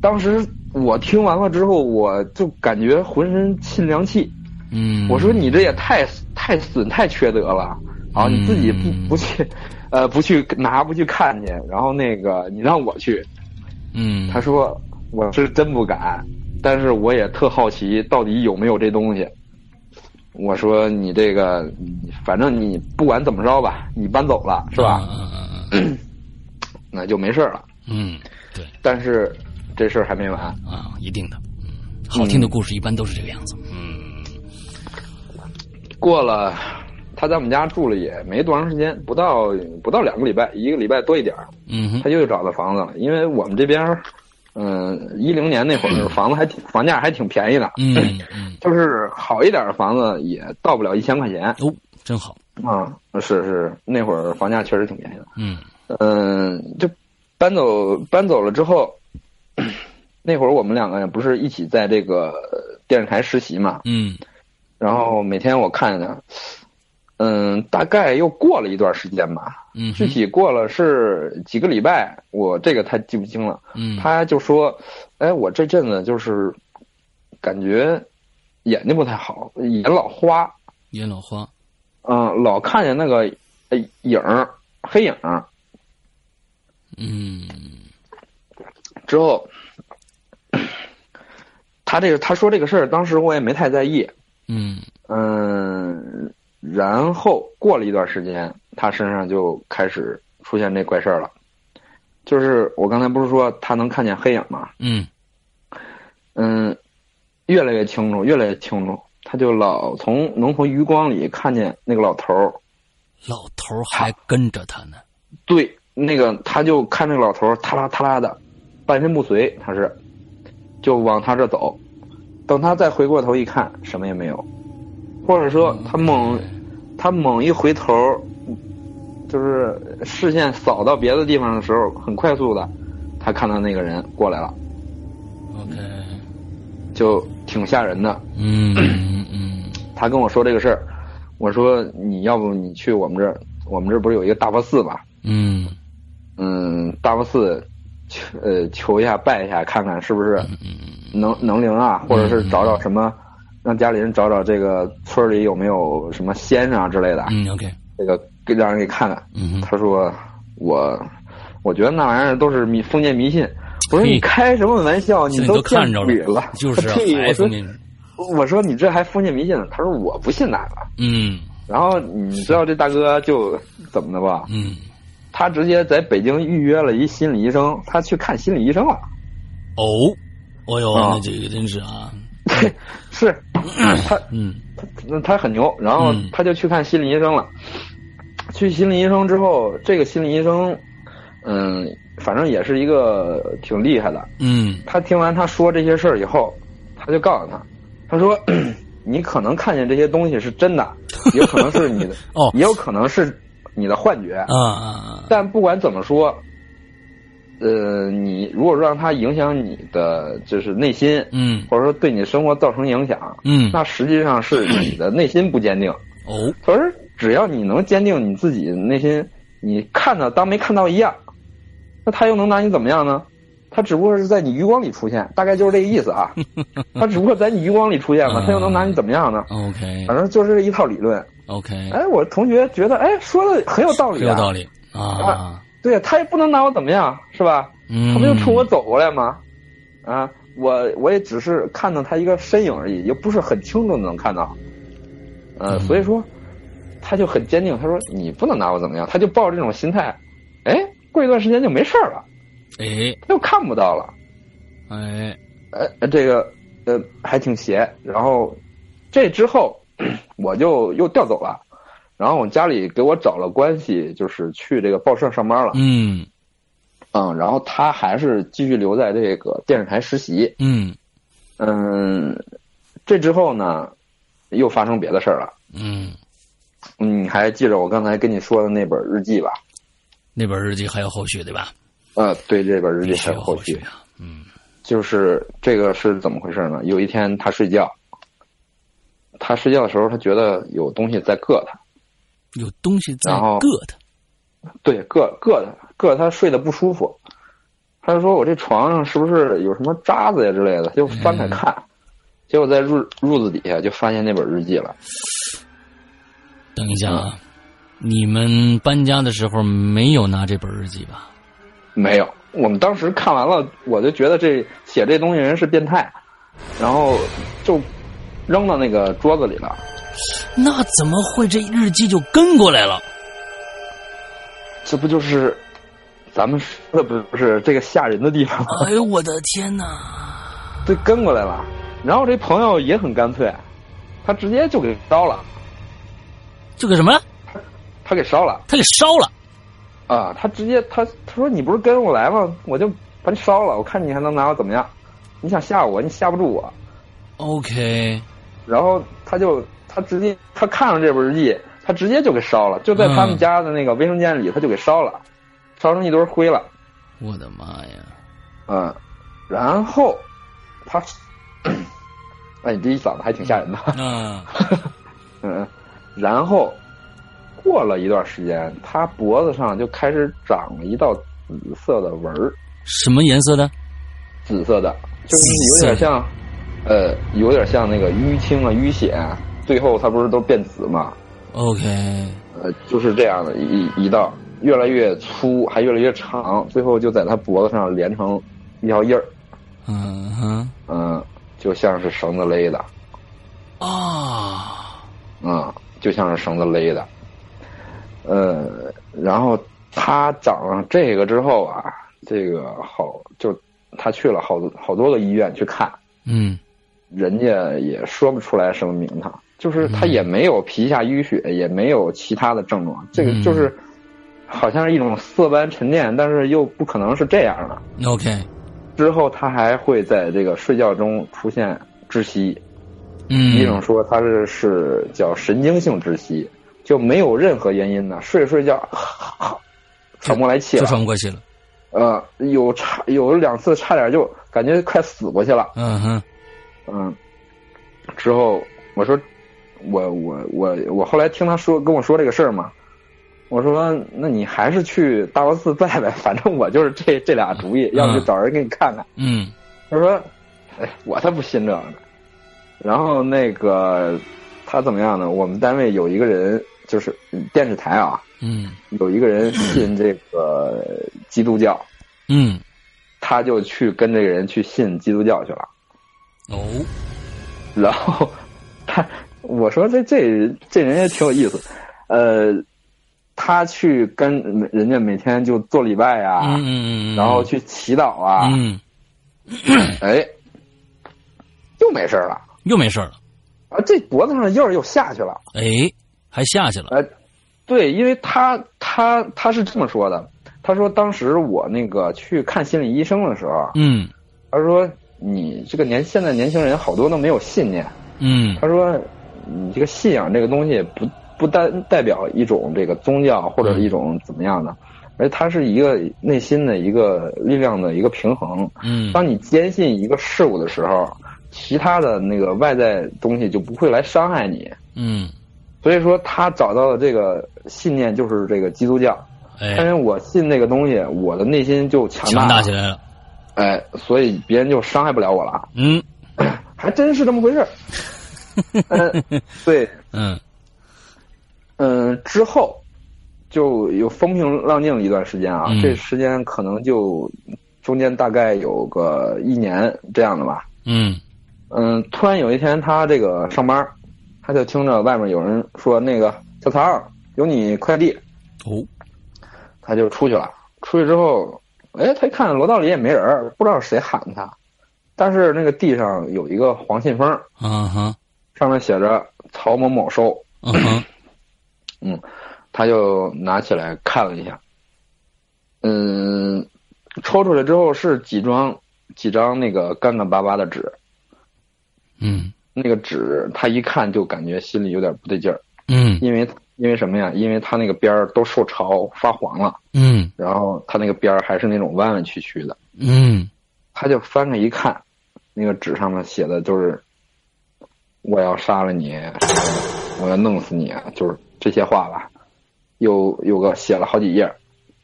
[SPEAKER 4] 当时我听完了之后，我就感觉浑身沁凉气。
[SPEAKER 1] 嗯，
[SPEAKER 4] 我说你这也太太损太缺德了啊！
[SPEAKER 1] 嗯
[SPEAKER 4] 你自己不不去，呃，不去拿不去看去，然后那个你让我去，
[SPEAKER 1] 嗯，
[SPEAKER 4] 他说我是真不敢，但是我也特好奇到底有没有这东西。我说你这个，你反正你不管怎么着吧，你搬走了是吧？
[SPEAKER 1] 嗯嗯
[SPEAKER 4] 那就没事儿了。
[SPEAKER 1] 嗯，对
[SPEAKER 4] 但是这事儿还没完，
[SPEAKER 1] 啊，一定的。嗯好
[SPEAKER 4] 嗯
[SPEAKER 1] 听的故事一般都是这个样子。嗯
[SPEAKER 4] 过了他在我们家住了也没多长时间，不到不到两个礼拜，一个礼拜多一点儿。
[SPEAKER 1] 嗯哼
[SPEAKER 4] 他，又找到房子了，因为我们这边儿，嗯，一零年那会儿房子还挺房价还挺便宜的，
[SPEAKER 1] 嗯嗯，
[SPEAKER 4] 就是好一点的房子也到不了一千块钱
[SPEAKER 1] 哦，真好。
[SPEAKER 4] 啊、是是，那会儿房价确实挺便宜的。
[SPEAKER 1] 嗯
[SPEAKER 4] 嗯，就搬走搬走了之后， 那会儿我们两个人不是一起在这个呃电视台实习嘛，
[SPEAKER 1] 嗯
[SPEAKER 4] 然后每天我看着他，嗯，大概又过了一段时间吧，
[SPEAKER 1] 嗯
[SPEAKER 4] 具体过了是几个礼拜，我这个太记不清了。
[SPEAKER 1] 嗯，
[SPEAKER 4] 他就说：“哎，我这阵子就是感觉眼睛不太好，眼老花，
[SPEAKER 1] 野老花。
[SPEAKER 4] 嗯、老看见那个呃影儿黑影儿。
[SPEAKER 1] 嗯
[SPEAKER 4] 之后， 他这个他说这个事儿，当时我也没太在意。
[SPEAKER 1] 嗯
[SPEAKER 4] 嗯，然后过了一段时间，他身上就开始出现这怪事儿了。就是我刚才不是说他能看见黑影吗？
[SPEAKER 1] 嗯
[SPEAKER 4] 嗯，越来越清楚，越来越清楚。他就老从能从余光里看见那个老头儿，
[SPEAKER 1] 老头儿还跟着他呢。
[SPEAKER 4] 对，那个他就看那个老头儿，他啦他啦的，半身不遂，他是，就往他这走。等他再回过头一看，什么也没有，或者说
[SPEAKER 1] 嗯
[SPEAKER 4] 他猛，他猛一回头儿，就是视线扫到别的地方的时候，很快速的，他看到那个人过来了，
[SPEAKER 1] OK，
[SPEAKER 4] 就挺吓人的。
[SPEAKER 1] 嗯嗯嗯
[SPEAKER 4] 他跟我说这个事儿，我说你要不你去我们这儿，我们这儿不是有一个大佛寺吗？
[SPEAKER 1] 嗯
[SPEAKER 4] 嗯，大佛寺，求呃求一下拜一下，看
[SPEAKER 1] 嗯
[SPEAKER 4] 看是不是能能灵啊，或者是找找什么，让家里人找找这个村里有没有什么仙啊之类的，
[SPEAKER 1] 嗯，OK，
[SPEAKER 4] 这个给让人给看看。
[SPEAKER 1] 嗯哼，
[SPEAKER 4] 他说我，我觉得那玩意儿都是迷封建迷信。我说
[SPEAKER 1] 嘿
[SPEAKER 4] 你开什么玩笑？
[SPEAKER 1] 现在
[SPEAKER 4] 都
[SPEAKER 1] 都
[SPEAKER 4] 见
[SPEAKER 1] 看着
[SPEAKER 4] 鬼了，
[SPEAKER 1] 就是 啊
[SPEAKER 4] 屁！
[SPEAKER 1] 还
[SPEAKER 4] 我
[SPEAKER 1] 封
[SPEAKER 4] 说
[SPEAKER 1] 建，
[SPEAKER 4] 我说你这还封建迷信呢？他说我不信那个。
[SPEAKER 1] 嗯
[SPEAKER 4] 然后你知道这大哥就怎么的吧？
[SPEAKER 1] 嗯，
[SPEAKER 4] 他直接在北京预约了一心理医生，他去看心理医生了。
[SPEAKER 1] 哦，哦呦，
[SPEAKER 4] 啊
[SPEAKER 1] 那这个真是啊，
[SPEAKER 4] 是，他
[SPEAKER 1] 嗯
[SPEAKER 4] 那他很牛，然后
[SPEAKER 1] 嗯
[SPEAKER 4] 他就去看心理医生了。去心理医生之后，这个心理医生，嗯，反正也是一个挺厉害的。
[SPEAKER 1] 嗯
[SPEAKER 4] 他听完他说这些事儿以后，他就告诉他，他说：“ 你可能看见这些东西是真的，也有可能是你的，
[SPEAKER 1] 哦
[SPEAKER 4] 也有可能是你的幻觉。
[SPEAKER 1] 啊啊，啊
[SPEAKER 4] 但不管怎么说，呃，你如果让它影响你的就是内心，
[SPEAKER 1] 嗯
[SPEAKER 4] 或者说对你生活造成影响，
[SPEAKER 1] 嗯，
[SPEAKER 4] 那实际上是你的内心不坚定。
[SPEAKER 1] 哦，
[SPEAKER 4] 可是只要你能坚定你自己内心，你看到当没看到一样，那他又能拿你怎么样呢？他只不过是在你余光里出现，大概就是这个意 思啊。他只不过在你余光里出现
[SPEAKER 1] 嗯
[SPEAKER 4] 了，他又能拿你怎么样呢？
[SPEAKER 1] OK
[SPEAKER 4] 反正就是这一套理论。
[SPEAKER 1] OK，
[SPEAKER 4] 哎，我同学觉得，哎，说的很有道理、
[SPEAKER 1] 嗯
[SPEAKER 4] 啊，
[SPEAKER 1] 很有道理啊，
[SPEAKER 4] 对他也不能拿我怎么样，是吧？
[SPEAKER 1] 嗯，
[SPEAKER 4] 他不就冲我走过来吗？啊，我我也只是看到他一个身影而已，也不是很清楚地能看到。呃，
[SPEAKER 1] 嗯
[SPEAKER 4] 所以说，他就很坚定，他说你不能拿我怎么样，他就抱着这种心态，哎，过一段时间就没事儿了，
[SPEAKER 1] 哎
[SPEAKER 4] 他就看不到了。
[SPEAKER 1] 哎，
[SPEAKER 4] 呃，呃这个呃还挺邪。然后这之后 我就又调走了，然后我家里给我找了关系，就是去这个报社上班了。
[SPEAKER 1] 嗯
[SPEAKER 4] 嗯，然后他还是继续留在这个电视台实习。
[SPEAKER 1] 嗯
[SPEAKER 4] 嗯，这之后呢，又发生别的事儿了。
[SPEAKER 1] 嗯，
[SPEAKER 4] 嗯，你还记着我刚才跟你说的那本日记吧？
[SPEAKER 1] 那本日记还有后续对吧？
[SPEAKER 4] 呃，对，这本日
[SPEAKER 1] 必
[SPEAKER 4] 记
[SPEAKER 1] 须
[SPEAKER 4] 还有
[SPEAKER 1] 有
[SPEAKER 4] 后
[SPEAKER 1] 续
[SPEAKER 4] 续。
[SPEAKER 1] 啊，嗯
[SPEAKER 4] 就是这个是怎么回事呢？有一天他睡觉，他睡觉的时候，他觉得有东西在硌他，
[SPEAKER 1] 有东西在
[SPEAKER 4] 然后
[SPEAKER 1] 硌他，
[SPEAKER 4] 对，硌硌他，硌他睡得不舒服。他就说我这床上是不是有什么渣子呀之类的？就翻开看，结果在褥褥子底下就发现那本日记了。
[SPEAKER 1] 等一下啊，你们搬家的时候没有拿这本日记吧？
[SPEAKER 4] 没有，我们当时看完了，我就觉得这写这东西人是变态，然后就扔到那个桌子里了。
[SPEAKER 1] 那怎么会这日记就跟过来了？
[SPEAKER 4] 这不就是咱们说的不是这个吓人的地方吗？
[SPEAKER 1] 哎呦我的天哪！
[SPEAKER 4] 这跟过来了。然后这朋友也很干脆，他直接就给烧了，
[SPEAKER 1] 这个什么？
[SPEAKER 4] 他给烧了
[SPEAKER 1] 他给烧了。
[SPEAKER 4] 啊！他直接他他说你不是跟我来吗？我就把你烧了，我看你还能拿我怎么样？你想吓我，你吓不住我。
[SPEAKER 1] OK，
[SPEAKER 4] 然后他就他直接他看上这本日记，他直接就给烧了，就在他
[SPEAKER 1] 嗯
[SPEAKER 4] 们家的那个卫生间里，他就给烧了，烧成一堆灰了。
[SPEAKER 1] 我的妈呀！
[SPEAKER 4] 嗯，然后他， 哎，你这一嗓子还挺吓人的。
[SPEAKER 1] 嗯
[SPEAKER 4] 嗯，然后过了一段时间，他脖子上就开始长了一道紫色的纹儿，
[SPEAKER 1] 什么颜色的？
[SPEAKER 4] 紫色的，就是
[SPEAKER 1] 紫色
[SPEAKER 4] 有点像，呃，有点像那个淤青啊、淤血啊，最后它不是都变紫嘛？
[SPEAKER 1] OK，
[SPEAKER 4] 呃，就是这样的一一道，越来越粗，还越来越长，最后就在他脖子上连成一条印儿，
[SPEAKER 1] 嗯哼
[SPEAKER 4] 嗯，就像是绳子勒的，
[SPEAKER 1] 啊，
[SPEAKER 4] 嗯，就像是绳子勒的，呃，然后他长上这个之后啊，这个好，就他去了好多好多个医院去看，
[SPEAKER 1] 嗯
[SPEAKER 4] 人家也说不出来什么名堂，就是
[SPEAKER 1] 嗯
[SPEAKER 4] 他也没有皮下淤血，也没有其他的症状，这个
[SPEAKER 1] 嗯
[SPEAKER 4] 就是好像是一种色斑沉淀，但是又不可能是这样的。
[SPEAKER 1] ，OK，
[SPEAKER 4] 之后他还会在这个睡觉中出现窒息，
[SPEAKER 1] 嗯，
[SPEAKER 4] 医生说他是是叫神经性窒息，就没有任何原因呢，睡着睡觉喘不过来气
[SPEAKER 1] 就
[SPEAKER 4] 了，
[SPEAKER 1] 喘不过气了。
[SPEAKER 4] 呃，有差有两次差点就感觉快死过去了。
[SPEAKER 1] 嗯哼，
[SPEAKER 4] 嗯，之后我说，我我我我后来听他说跟我说这个事儿嘛，我说那你还是去大王寺拜拜，反正我就是这这俩主意，要不就找人给你看看。
[SPEAKER 1] 嗯
[SPEAKER 4] 他说，哎，我才不信这个呢。然后那个他怎么样呢？我们单位有一个人，就是嗯电视台啊，
[SPEAKER 1] 嗯
[SPEAKER 4] 有一个人信这个基督教，
[SPEAKER 1] 嗯，
[SPEAKER 4] 他就去跟这个人去信基督教去了。
[SPEAKER 1] 哦，
[SPEAKER 4] 然后他我说这这人这人也挺有意思，呃，他去跟人家每天就做礼拜啊，
[SPEAKER 1] 嗯嗯嗯，
[SPEAKER 4] 然后去祈祷啊，
[SPEAKER 1] 嗯，
[SPEAKER 4] 哎，又没事儿了
[SPEAKER 1] 又没事了，
[SPEAKER 4] 啊，这脖子上的印儿又下去了。
[SPEAKER 1] 哎，还下去了，
[SPEAKER 4] 呃，对，因为他他他是这么说的，他说当时我那个去看心理医生的时候，
[SPEAKER 1] 嗯
[SPEAKER 4] 他说你这个年现在年轻人好多都没有信念，
[SPEAKER 1] 嗯
[SPEAKER 4] 他说你这个信仰这个东西不不单代表一种这个宗教或
[SPEAKER 1] 嗯
[SPEAKER 4] 者一种怎么样的，而它是一个内心的一个力量的一个平衡。
[SPEAKER 1] 嗯，
[SPEAKER 4] 当你坚信一个事物的时候，其他的那个外在东西就不会来伤害你。
[SPEAKER 1] 嗯，
[SPEAKER 4] 所以说，他找到的这个信念就是这个基督教。
[SPEAKER 1] 哎
[SPEAKER 4] 因，为我信那个东西，我的内心就强
[SPEAKER 1] 强
[SPEAKER 4] 大
[SPEAKER 1] 大
[SPEAKER 4] 了
[SPEAKER 1] 起来了，
[SPEAKER 4] 哎，所以别人就伤害不了我了。
[SPEAKER 1] 嗯
[SPEAKER 4] 还真是这么回事 儿。嗯，对，
[SPEAKER 1] 嗯
[SPEAKER 4] 嗯，之后就有风平浪静了一段时间啊，
[SPEAKER 1] 嗯
[SPEAKER 4] 这时间可能就中间大概有个一年这样的吧。
[SPEAKER 1] 嗯
[SPEAKER 4] 嗯，突然有一天他这个上班儿，他就听着外面有人说那个小曹儿有你快递，
[SPEAKER 1] 哦，
[SPEAKER 4] 他就出去了。出去之后，哎，他一看楼道里也没人儿，不知道是谁喊他，但是那个地上有一个黄信封儿，
[SPEAKER 1] 啊哈
[SPEAKER 4] 上面写着曹某某收。
[SPEAKER 1] 啊哈，
[SPEAKER 4] 他就拿起来看了一下，嗯，抽出来之后是几张几张那个干干巴巴的纸，
[SPEAKER 1] 嗯
[SPEAKER 4] 那个纸他一看就感觉心里有点不对劲儿，
[SPEAKER 1] 嗯
[SPEAKER 4] 因为因为什么呀？因为他那个边儿都受潮发黄了，
[SPEAKER 1] 嗯
[SPEAKER 4] 然后他那个边儿还是那种弯弯曲曲的，
[SPEAKER 1] 嗯，
[SPEAKER 4] 他就翻开一看，那个纸上面写的就是我要杀了你，我要弄死你，啊就是这些话吧。有有个写了好几页，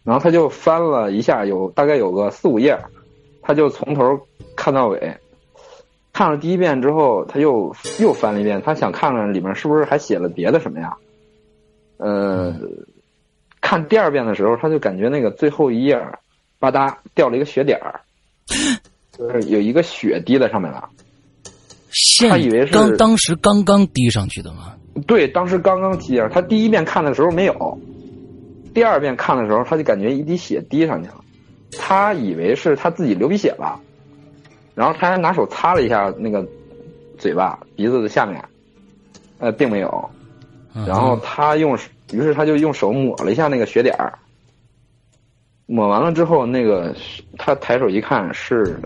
[SPEAKER 4] 然后他就翻了一下，有大概有个四五页，他就从头看到尾。看了第一遍之后，他又又翻了一遍，他想看看里面是不是还写了别的什么呀？呃，看第二遍的时候，他就感觉那个最后一页吧嗒掉了一个血点儿，就是有一个血滴在上面了。
[SPEAKER 1] 现
[SPEAKER 4] 他以为是
[SPEAKER 1] 刚当时刚刚滴上去的嘛，啊
[SPEAKER 4] 对，当时刚刚滴上，他第一遍看的时候没有，第二遍看的时候他就感觉一滴血滴上去了，他以为是他自己流鼻血了，然后他还拿手擦了一下那个嘴巴、鼻子的下面，呃，并没有。
[SPEAKER 1] 嗯
[SPEAKER 4] 然后他用，于是他就用手抹了一下那个血点儿，抹完了之后，那个他抬手一看是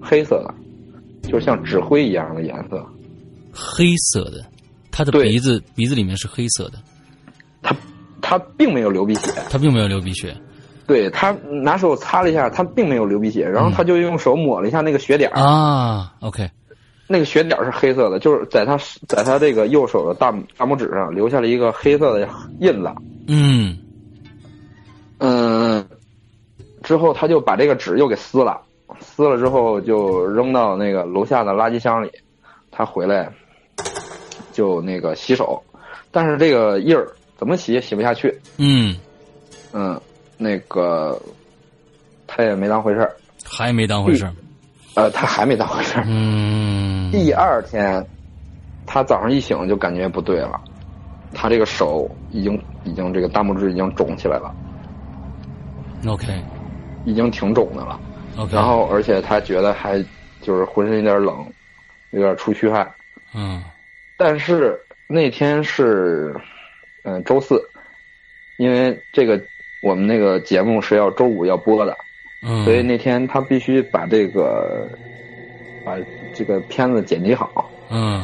[SPEAKER 4] 黑色的，就像纸灰一样的颜色。
[SPEAKER 1] 黑色的，他的
[SPEAKER 4] 对
[SPEAKER 1] 鼻子鼻子里面是黑色的，
[SPEAKER 4] 他他并没有流鼻血，
[SPEAKER 1] 他并没有流鼻血
[SPEAKER 4] 对他拿手擦了一下，他并没有流鼻血，然后他就用手抹了一下那个血点儿，
[SPEAKER 1] 啊。OK，
[SPEAKER 4] 那个血点儿是黑色的，就是在他在他这个右手的大拇大拇指上留下了一个黑色的印子。
[SPEAKER 1] 嗯
[SPEAKER 4] 嗯，之后他就把这个纸又给撕了，撕了之后就扔到那个楼下的垃圾箱里。他回来就那个洗手，但是这个印儿怎么洗也洗不下去。
[SPEAKER 1] 嗯，
[SPEAKER 4] 嗯，那个他也没当回事儿，
[SPEAKER 1] 还没当回事儿。
[SPEAKER 4] 呃，他还没当回事儿。
[SPEAKER 1] 嗯，
[SPEAKER 4] 第二天，他早上一醒就感觉不对了，他这个手已经已经这个大拇指已经肿起来了，
[SPEAKER 1] OK
[SPEAKER 4] 已经挺肿的了。
[SPEAKER 1] OK，
[SPEAKER 4] 然后而且他觉得还就是浑身有点冷，有点出虚汗。
[SPEAKER 1] 嗯
[SPEAKER 4] 但是那天是嗯、呃周四，因为这个我们那个节目是要周五要播的，
[SPEAKER 1] 嗯，
[SPEAKER 4] 所以那天他必须把这个把这个片子剪辑好。
[SPEAKER 1] 嗯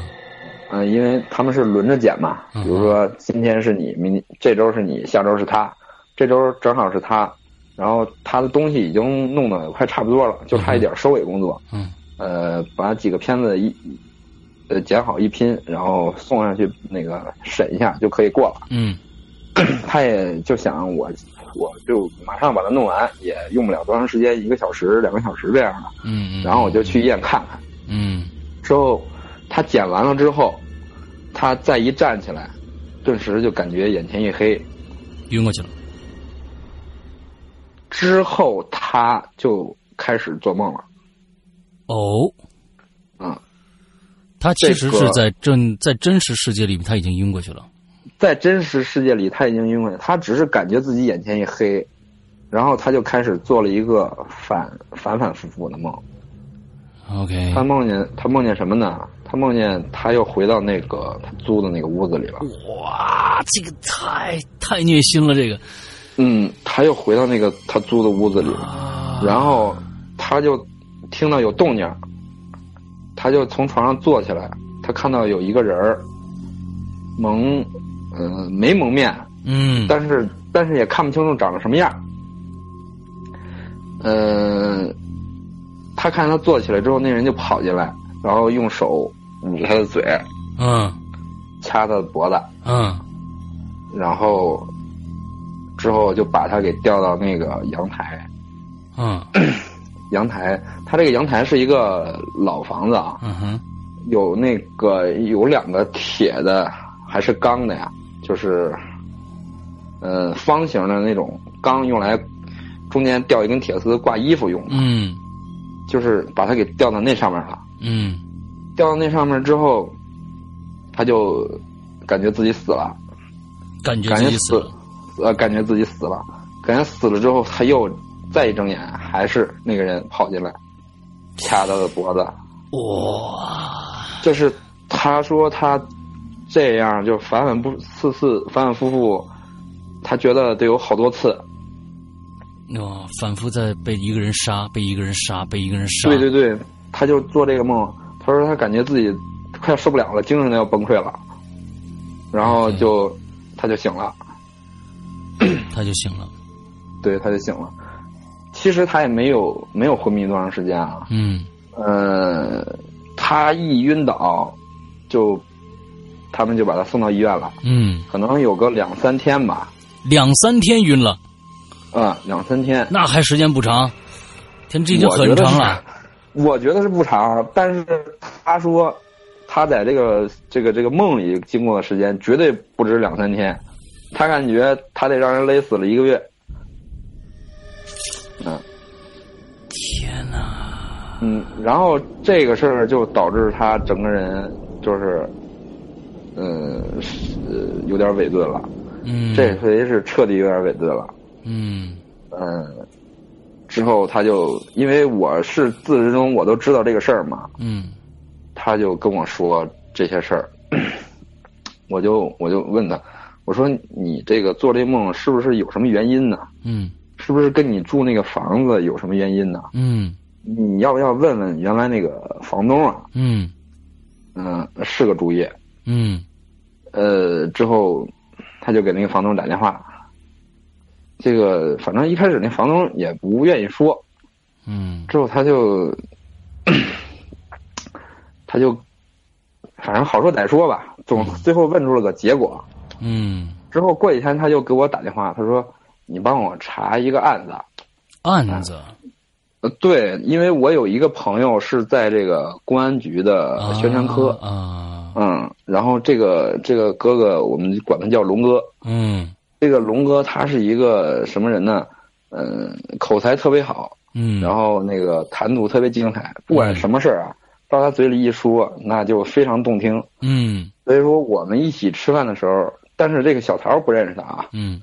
[SPEAKER 4] 嗯、因为他们是轮着剪嘛，
[SPEAKER 1] 嗯
[SPEAKER 4] 比如说今天是你，明这周是你，下周是他，这周正好是他，然后他的东西已经弄得快差不多了，就差一点收尾工作。
[SPEAKER 1] 嗯
[SPEAKER 4] 呃，把几个片子一呃剪好一拼，然后送上去那个审一下就可以过了。
[SPEAKER 1] 嗯
[SPEAKER 4] 他也就想我我就马上把它弄完，也用不了多长时间，一个小时、两个小时这样的。
[SPEAKER 1] 嗯，
[SPEAKER 4] 然后我就去医院看看。
[SPEAKER 1] 嗯
[SPEAKER 4] 之后他剪完了之后，他再一站起来，顿时就感觉眼前一黑，
[SPEAKER 1] 晕过去了。
[SPEAKER 4] 之后他就开始做梦了。
[SPEAKER 1] 哦，
[SPEAKER 4] 啊、
[SPEAKER 1] 他其实
[SPEAKER 4] 这
[SPEAKER 1] 是
[SPEAKER 4] 个
[SPEAKER 1] 在真在真实世界里面他已经晕过去了。
[SPEAKER 4] 在真实世界里他已经晕过去，他只是感觉自己眼前一黑，然后他就开始做了一个反反反复复的梦。
[SPEAKER 1] OK，
[SPEAKER 4] 他梦见他梦见什么呢？他梦见他又回到那个他租的那个屋子里了。
[SPEAKER 1] 哇，这个太太虐心了，这个
[SPEAKER 4] 嗯，他又回到那个他租的屋子里，
[SPEAKER 1] 啊，
[SPEAKER 4] 然后他就听到有动静儿，他就从床上坐起来，他看到有一个人儿蒙，嗯、没蒙面，
[SPEAKER 1] 嗯，
[SPEAKER 4] 但是但是也看不清楚长得什么样儿。嗯、他看他坐起来之后，那人就跑进来，然后用手捂他的嘴，
[SPEAKER 1] 嗯
[SPEAKER 4] 掐他的脖子，
[SPEAKER 1] 嗯
[SPEAKER 4] 然后之后就把他给吊到那个阳台。
[SPEAKER 1] 嗯
[SPEAKER 4] 阳台，他这个阳台是一个老房子啊，
[SPEAKER 1] 嗯哼，
[SPEAKER 4] 有那个有两个铁的还是钢的呀，就是，呃，方形的那种钢，用来中间吊一根铁丝挂衣服用的，
[SPEAKER 1] 嗯
[SPEAKER 4] 就是把它给吊到那上面了。
[SPEAKER 1] 嗯
[SPEAKER 4] 吊到那上面之后，他就感觉自己死了，
[SPEAKER 1] 感觉
[SPEAKER 4] 感
[SPEAKER 1] 自
[SPEAKER 4] 觉
[SPEAKER 1] 己死
[SPEAKER 4] 死
[SPEAKER 1] 了，，
[SPEAKER 4] 呃，感觉自己死了，感觉死了之后，他又再一睁眼，还是那个人跑进来，掐他的脖子。
[SPEAKER 1] 哇，
[SPEAKER 4] 就是他说他这样就反反复次次反反复复，他觉得得有好多次。
[SPEAKER 1] 哇，反复在被一个人杀，被一个人杀，被一个人杀，
[SPEAKER 4] 对对对，他就做这个梦，他说他感觉自己快受不了了，精神都要崩溃了，然后就他就醒了，
[SPEAKER 1] 他就醒了。
[SPEAKER 4] 对，他就醒了。其实他也没有没有昏迷多长时间啊，
[SPEAKER 1] 嗯
[SPEAKER 4] 呃，他一晕倒，就他们就把他送到医院了，
[SPEAKER 1] 嗯，
[SPEAKER 4] 可能有个两三天吧，
[SPEAKER 1] 两三天晕了，
[SPEAKER 4] 啊、两三天。
[SPEAKER 1] 那还时间不长，天这已经很长了。
[SPEAKER 4] 我觉得是不长，但是他说他在这个这个这个梦里经过的时间绝对不止两三天，他感觉他得让人勒死了一个月。嗯
[SPEAKER 1] 天哪！
[SPEAKER 4] 嗯，然后这个事儿就导致他整个人就是，嗯，是呃有点萎顿了，
[SPEAKER 1] 嗯，
[SPEAKER 4] 这回是彻底有点萎顿了。
[SPEAKER 1] 嗯
[SPEAKER 4] 嗯，之后他就因为我是自始至终我都知道这个事儿嘛，
[SPEAKER 1] 嗯
[SPEAKER 4] 他就跟我说这些事儿， 我就我就问他，我说你这个做这梦是不是有什么原因呢？
[SPEAKER 1] 嗯
[SPEAKER 4] 是不是跟你住那个房子有什么原因呢？
[SPEAKER 1] 嗯
[SPEAKER 4] 你要不要问问原来那个房东啊？
[SPEAKER 1] 嗯
[SPEAKER 4] 嗯，是个主业。
[SPEAKER 1] 嗯
[SPEAKER 4] 呃，之后他就给那个房东打电话，这个反正一开始那房东也不愿意说，
[SPEAKER 1] 嗯
[SPEAKER 4] 之后他就他就反正好说歹说吧，总最后问出了个结果。
[SPEAKER 1] 嗯，
[SPEAKER 4] 之后过几天他就给我打电话，他说：“你帮我查一个案子。
[SPEAKER 1] 案子
[SPEAKER 4] 呃”对，因为我有一个朋友是在这个公安局的宣传科，
[SPEAKER 1] 啊，
[SPEAKER 4] 嗯，然后这个这个哥哥我们管他叫龙哥，
[SPEAKER 1] 嗯
[SPEAKER 4] 这个龙哥他是一个什么人呢？嗯，口才特别好，
[SPEAKER 1] 嗯，
[SPEAKER 4] 然后那个谈吐特别精彩，不管什么事儿啊，到他嘴里一说，那就非常动听。
[SPEAKER 1] 嗯
[SPEAKER 4] 所以说我们一起吃饭的时候，但是这个小桃不认识他啊。
[SPEAKER 1] 嗯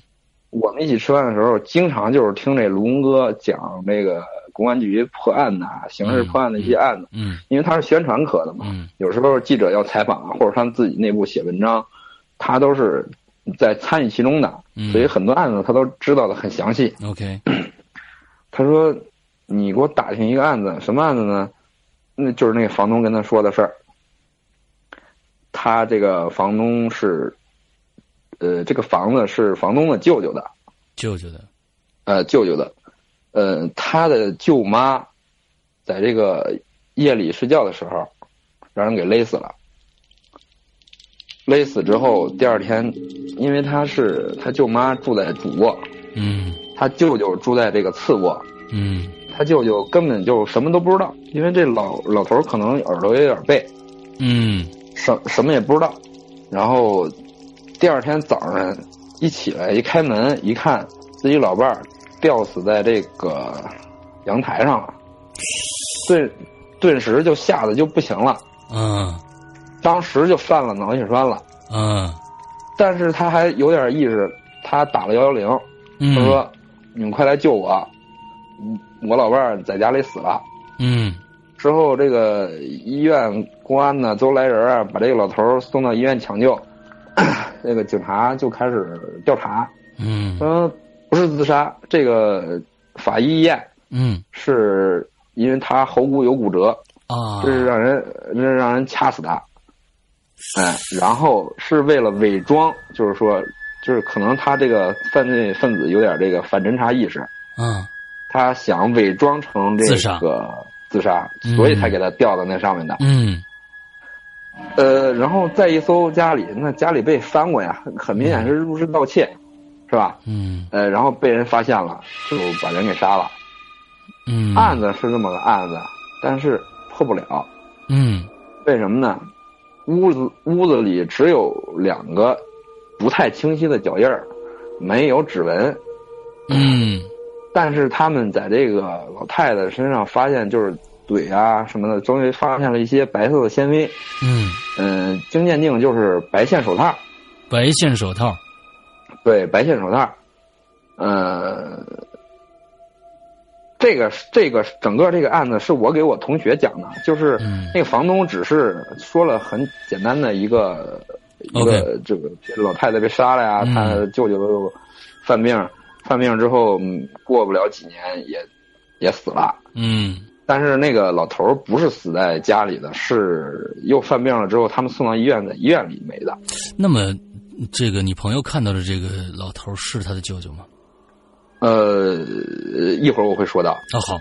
[SPEAKER 4] 我们一起吃饭的时候，经常就是听这龙哥讲这个公安局破案呐、刑事破案的一些案子，
[SPEAKER 1] 嗯
[SPEAKER 4] 因为他是宣传科的嘛。
[SPEAKER 1] 嗯
[SPEAKER 4] 有时候记者要采访啊，或者他们自己内部写文章，他都是在参与其中的，
[SPEAKER 1] 嗯，
[SPEAKER 4] 所以很多案子他都知道的很详细。
[SPEAKER 1] OK，
[SPEAKER 4] 他说：“你给我打听一个案子，什么案子呢？那就是那个房东跟他说的事儿。他这个房东是，呃，这个房子是房东的舅舅的，
[SPEAKER 1] 舅舅的，
[SPEAKER 4] 呃，舅舅的，呃，他的舅妈，在这个夜里睡觉的时候，让人给勒死了。勒死之后，第二天，因为他是他舅妈住在主卧，
[SPEAKER 1] 嗯
[SPEAKER 4] 他舅舅住在这个次卧。”
[SPEAKER 1] 嗯
[SPEAKER 4] 他舅舅根本就什么都不知道，因为这老老头儿可能耳朵有点背，
[SPEAKER 1] 嗯
[SPEAKER 4] 什什么也不知道。然后第二天早上一起来一开门一看，自己老伴儿吊死在这个阳台上了，顿顿时就吓得就不行了，
[SPEAKER 1] 嗯
[SPEAKER 4] 当时就犯了脑血栓了。
[SPEAKER 1] 嗯
[SPEAKER 4] 但是他还有点意识，他打了幺幺零，他
[SPEAKER 1] 嗯
[SPEAKER 4] 说：“你们快来救我，嗯我老伴儿在家里死了。”
[SPEAKER 1] 嗯
[SPEAKER 4] 之后，这个医院、公安呢都来人啊，把这个老头儿送到医院抢救。 这个警察就开始调查，
[SPEAKER 1] 嗯
[SPEAKER 4] 嗯，不是自杀，这个法医验
[SPEAKER 1] 嗯
[SPEAKER 4] 是因为他喉骨有骨折，
[SPEAKER 1] 啊
[SPEAKER 4] 这是让人这是让人掐死的，哎，然后是为了伪装，就是说，就是可能他这个犯罪分子有点这个反侦查意识，
[SPEAKER 1] 嗯
[SPEAKER 4] 他想伪装成这
[SPEAKER 1] 自杀
[SPEAKER 4] 个自杀，
[SPEAKER 1] 嗯
[SPEAKER 4] 所以才给他吊到那上面的。
[SPEAKER 1] 嗯
[SPEAKER 4] 呃，然后再一搜家里，那家里被翻过呀，很明显是入室盗窃，是吧？
[SPEAKER 1] 嗯
[SPEAKER 4] 呃，然后被人发现了，就把人给杀了。
[SPEAKER 1] 嗯
[SPEAKER 4] 案子是这么个案子，但是破不了，
[SPEAKER 1] 嗯
[SPEAKER 4] 为什么呢？屋子屋子里只有两个不太清晰的脚印儿，没有指纹，
[SPEAKER 1] 嗯
[SPEAKER 4] 但是他们在这个老太太身上发现就是嘴啊什么的，终于发现了一些白色的纤维。
[SPEAKER 1] 嗯，
[SPEAKER 4] 嗯、经鉴定就是白线手套。
[SPEAKER 1] 白线手套，
[SPEAKER 4] 对，白线手套。呃，这个这个整个这个案子是我给我同学讲的，就是
[SPEAKER 1] 嗯
[SPEAKER 4] 那个房东只是说了很简单的一个、一
[SPEAKER 1] OK
[SPEAKER 4] 个这个老太太被杀了呀，
[SPEAKER 1] 嗯
[SPEAKER 4] 她舅舅犯病，犯病之后嗯过不了几年也也死了。
[SPEAKER 1] 嗯
[SPEAKER 4] 但是那个老头儿不是死在家里的，是又犯病了之后，他们送到医院，在医院里没的。
[SPEAKER 1] 那么这个你朋友看到的这个老头儿是他的舅舅吗？
[SPEAKER 4] 呃，一会儿我会说到。
[SPEAKER 1] 啊好，